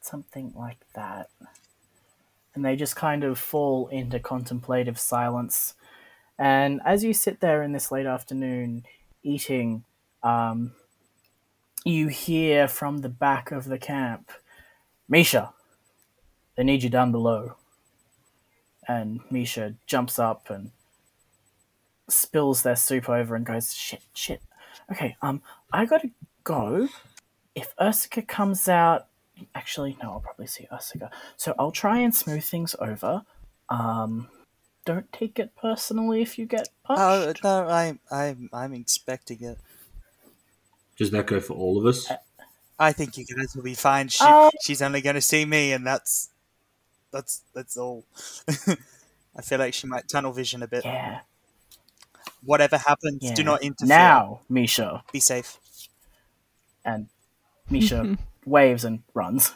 Speaker 1: Something like that. And they just kind of fall into contemplative silence. And as you sit there in this late afternoon eating, um, you hear from the back of the camp, Misha, they need you down below. And Misha jumps up and spills their soup over and goes, shit, shit. Okay, um, I gotta go. If Ursica comes out, actually, no, I'll probably see Ursica. So I'll try and smooth things over. Um, don't take it personally if you get
Speaker 4: Oh
Speaker 1: punched.
Speaker 4: no, I, I, I'm expecting it.
Speaker 2: Does that go for all of us?
Speaker 4: I think you guys will be fine. She,
Speaker 1: Um,
Speaker 4: she's only going to see me, and that's, that's, that's all. I feel like she might tunnel vision a bit.
Speaker 1: yeah,
Speaker 4: Whatever happens,
Speaker 1: yeah.
Speaker 4: do not interfere.
Speaker 1: Now, Misha.
Speaker 4: be safe.
Speaker 1: and Misha waves and runs.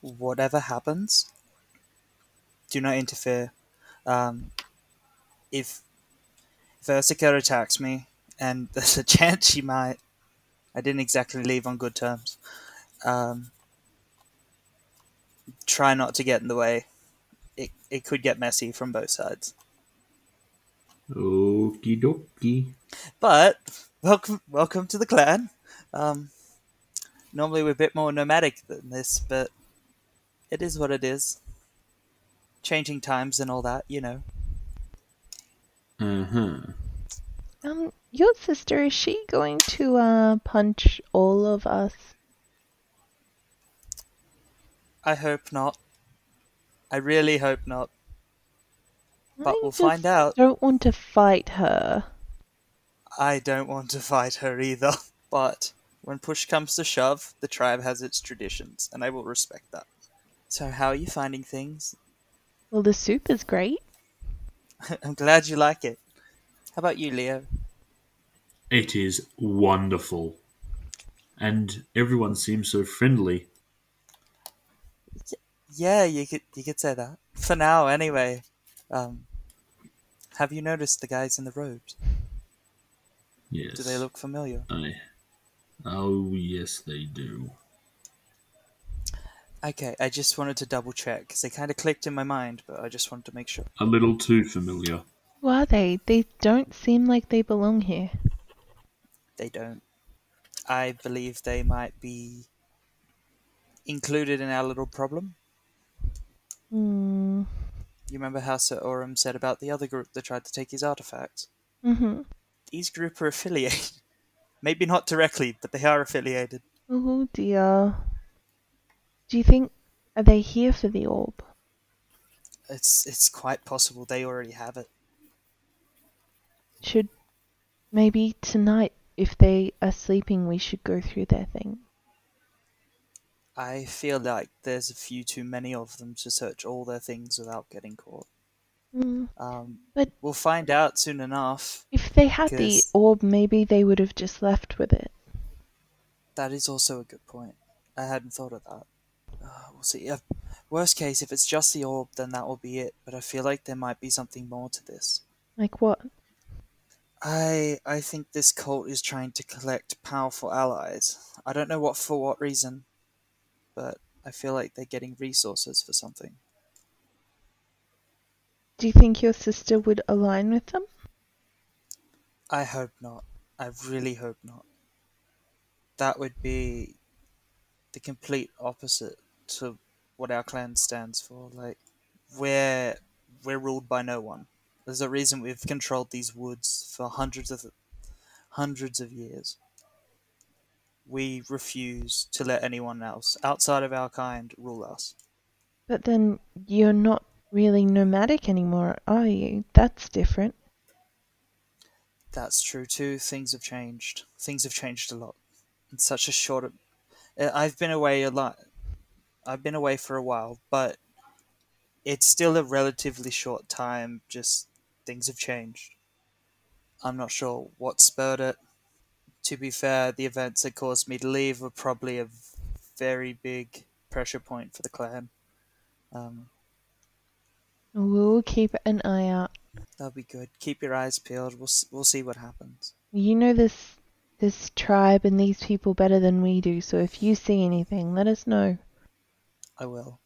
Speaker 4: whatever happens, do not interfere. Um, if Versica attacks me, and there's a chance she might, I didn't exactly leave on good terms. Um, try not to get in the way. It, it could get messy from both sides.
Speaker 2: Okie dokie.
Speaker 4: But welcome welcome to the clan. Um, normally we're a bit more nomadic than this, but it is what it is. Changing times and all that, you know.
Speaker 2: Uh huh.
Speaker 3: Um, your sister is she going to uh punch all of us?
Speaker 4: I hope not. I really hope not. But
Speaker 3: I
Speaker 4: we'll
Speaker 3: just
Speaker 4: find out.
Speaker 3: Don't want to fight her.
Speaker 4: I don't want to fight her either. But when push comes to shove, the tribe has its traditions, and I will respect that. So, how are you finding things?
Speaker 3: Well, the soup is great.
Speaker 4: I'm glad you like it. How about you, Leo?
Speaker 2: It is wonderful. And everyone seems so friendly.
Speaker 4: Yeah, you could you could say that for now. Anyway, um, have you noticed the guys in the robes?
Speaker 2: Yes.
Speaker 4: Do they look familiar?
Speaker 2: I... Oh, yes, they do.
Speaker 4: Okay, I just wanted to double check because they kind of clicked in my mind, but I just wanted to make sure.
Speaker 2: A little too familiar.
Speaker 3: Who are they? They don't seem like they belong here.
Speaker 4: They don't. I believe they might be included in our little problem.
Speaker 3: Hmm.
Speaker 4: You remember how Sir Oram said about the other group that tried to take his artifact?
Speaker 3: Mm-hmm.
Speaker 4: These group are affiliated. Maybe not directly, but they are affiliated.
Speaker 3: Oh dear. Do you think are they here for the orb?
Speaker 4: It's it's quite possible they already have it.
Speaker 3: Should maybe tonight, if they are sleeping, we should go through their thing.
Speaker 4: I feel like there's a few too many of them to search all their things without getting caught.
Speaker 3: Mm.
Speaker 4: Um,
Speaker 3: But-
Speaker 4: we'll find out soon enough.
Speaker 3: If they had the
Speaker 4: Because-
Speaker 3: orb, maybe they would have just left with it.
Speaker 4: That is also a good point. I hadn't thought of that. Uh, we'll see. Uh, worst case, if it's just the orb, then that will be it. But I feel like there might be something more to this.
Speaker 3: Like what?
Speaker 4: I I think this cult is trying to collect powerful allies. I don't know what for what reason, but I feel like they're getting resources for something.
Speaker 3: Do you think your sister would align with them?
Speaker 4: I hope not. I really hope not. That would be the complete opposite to what our clan stands for. Like we're we're ruled by no one. There's a reason we've controlled these woods for hundreds of hundreds of years. We refuse to let anyone else outside of our kind rule us.
Speaker 3: But then you're not really nomadic anymore, are you? That's different.
Speaker 4: That's true too. Things have changed. Things have changed a lot. In such a short, Uh, I've been away a lot. I've been away for a while, but it's still a relatively short time. Just things have changed. I'm not sure what spurred it. To be fair, the events that caused me to leave were probably a very big pressure point for the clan. Um,
Speaker 3: We'll keep an eye out.
Speaker 4: that'll be good. Keep your eyes peeled. We'll s- we'll see what happens.
Speaker 3: You know this this tribe and these people better than we do, so if you see anything, let us know.
Speaker 4: I will.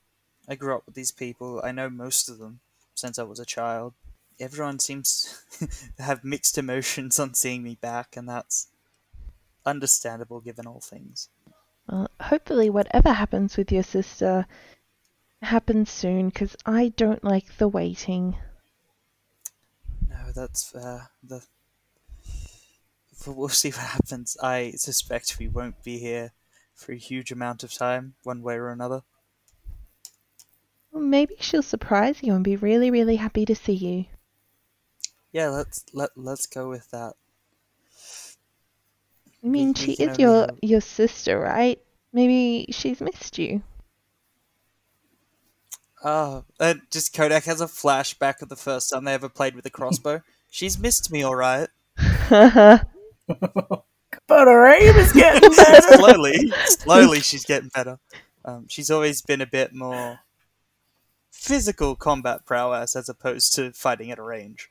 Speaker 4: I grew up with these people. I know most of them since I was a child. Everyone seems to have mixed emotions on seeing me back, and that's. Understandable given all things.
Speaker 3: Well, hopefully, whatever happens with your sister happens soon because I don't like the waiting.
Speaker 4: No, that's fair. The... but We'll see what happens. I suspect we won't be here for a huge amount of time, one way or another.
Speaker 3: Well, maybe she'll surprise you and be really, really happy to see you.
Speaker 4: Yeah, let's let let's go with that.
Speaker 3: I mean,
Speaker 4: we
Speaker 3: she
Speaker 4: can
Speaker 3: is
Speaker 4: only
Speaker 3: your
Speaker 4: hope.
Speaker 3: your sister, right? Maybe she's missed you.
Speaker 4: Oh, uh, just Kodak has a flashback of the first time they ever played with a crossbow. She's missed me, all right.
Speaker 1: But her aim is getting better.
Speaker 4: slowly, slowly, she's getting better. Um, she's always been a bit more physical combat prowess as opposed to fighting at a range.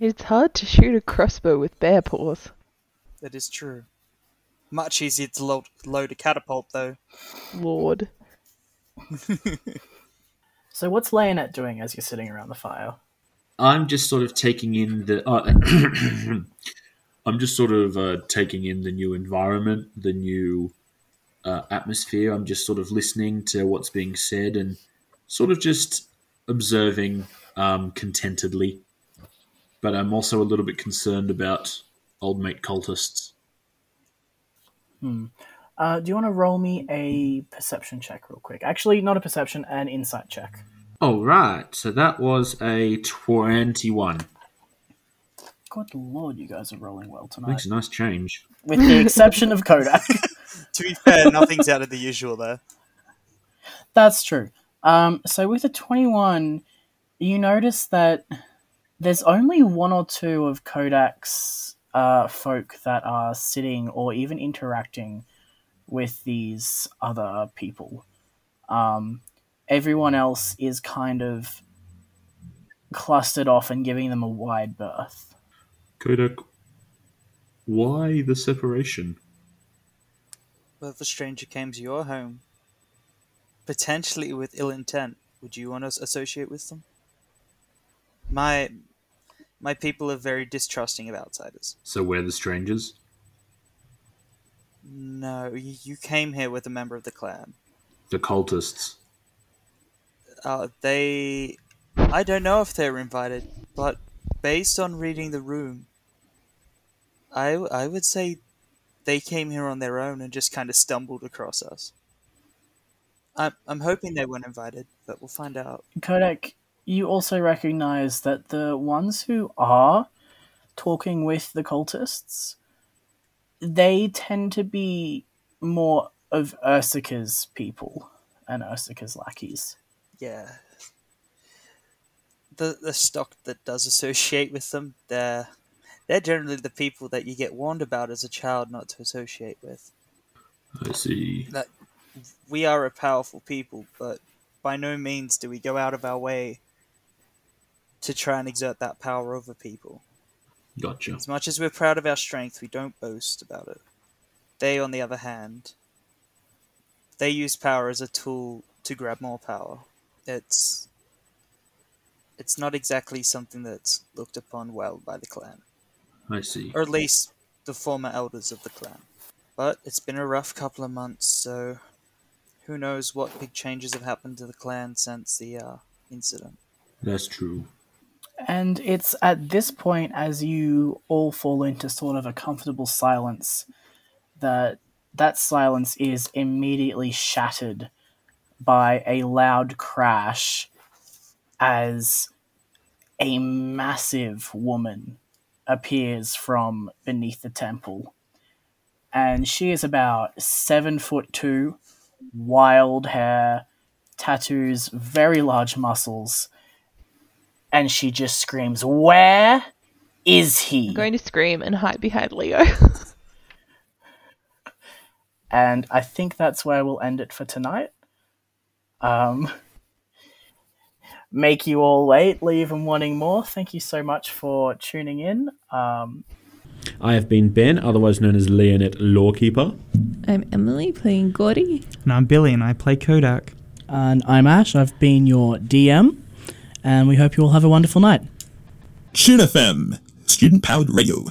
Speaker 3: it's hard to shoot a crossbow with bare paws.
Speaker 4: That is true. Much easier to load, load a catapult, though.
Speaker 3: Lord.
Speaker 1: so what's Leonette doing as you're sitting around the fire?
Speaker 2: I'm just sort of taking in the. Uh, I'm just sort of uh, taking in the new environment, the new uh, atmosphere. I'm just sort of listening to what's being said and sort of just observing um, contentedly. But I'm also a little bit concerned about old mate cultists.
Speaker 1: Uh, do you want to roll me a perception check real quick? Actually, not a perception, an insight check.
Speaker 2: All right, so that was a 21.
Speaker 1: Good lord, you guys are rolling well tonight.
Speaker 2: Makes a nice change.
Speaker 1: With the exception of Kodak.
Speaker 4: To be fair, nothing's out of the usual there.
Speaker 1: That's true. Um, so with a 21, you notice that there's only one or two of Kodak's uh, folk that are sitting or even interacting with these other people. Um, everyone else is kind of clustered off and giving them a wide berth.
Speaker 2: Kodak, why the separation?
Speaker 4: Well, if a stranger came to your home, potentially with ill intent, would you want to associate with them? My my people are very distrusting of outsiders.
Speaker 2: So we're the strangers?
Speaker 4: No, you, you came here with a member of the clan.
Speaker 2: The cultists.
Speaker 4: Uh, they, I don't know if they're invited, but based on reading the room, I I would say they came here on their own and just kind of stumbled across us. I'm I'm hoping they weren't invited, but we'll find out.
Speaker 1: Kodak, you also recognize that the ones who are talking with the cultists, they tend to be more of Ursika's people and Ursika's lackeys.
Speaker 4: Yeah. The the stock that does associate with them, they're they're generally the people that you get warned about as a child not to associate with.
Speaker 2: I see.
Speaker 4: that we are a powerful people, but by no means do we go out of our way to try and exert that power over people.
Speaker 2: Gotcha.
Speaker 4: As much as we're proud of our strength, we don't boast about it. They, on the other hand, they use power as a tool to grab more power. It's it's not exactly something that's looked upon well by the clan,
Speaker 2: I see.
Speaker 5: Er
Speaker 4: or at least the former elders of the clan. But it's been a rough couple of months, so who knows what big changes have happened to the clan since the uh, incident.
Speaker 2: That's true.
Speaker 1: And it's at this point, as you all fall into sort of a comfortable silence, that that silence is immediately shattered by a loud crash as a massive woman appears from beneath the temple. And she is about seven foot two, wild hair, tattoos, very large muscles and she just screams, "Where is he?"
Speaker 3: I'm going to scream and hide behind Leo.
Speaker 1: and I think that's where we'll end it for tonight. Um, make you all wait, leave and wanting more. Thank you so much for tuning in. Um,
Speaker 5: I have been Ben, otherwise known as Leonette Lawkeeper.
Speaker 6: I'm Emily playing Gordy.
Speaker 7: And I'm Billy and I play Kodak.
Speaker 8: And I'm Ash. I've been your DM, and we hope you all have a wonderful night.
Speaker 9: Tune FM, student powered radio.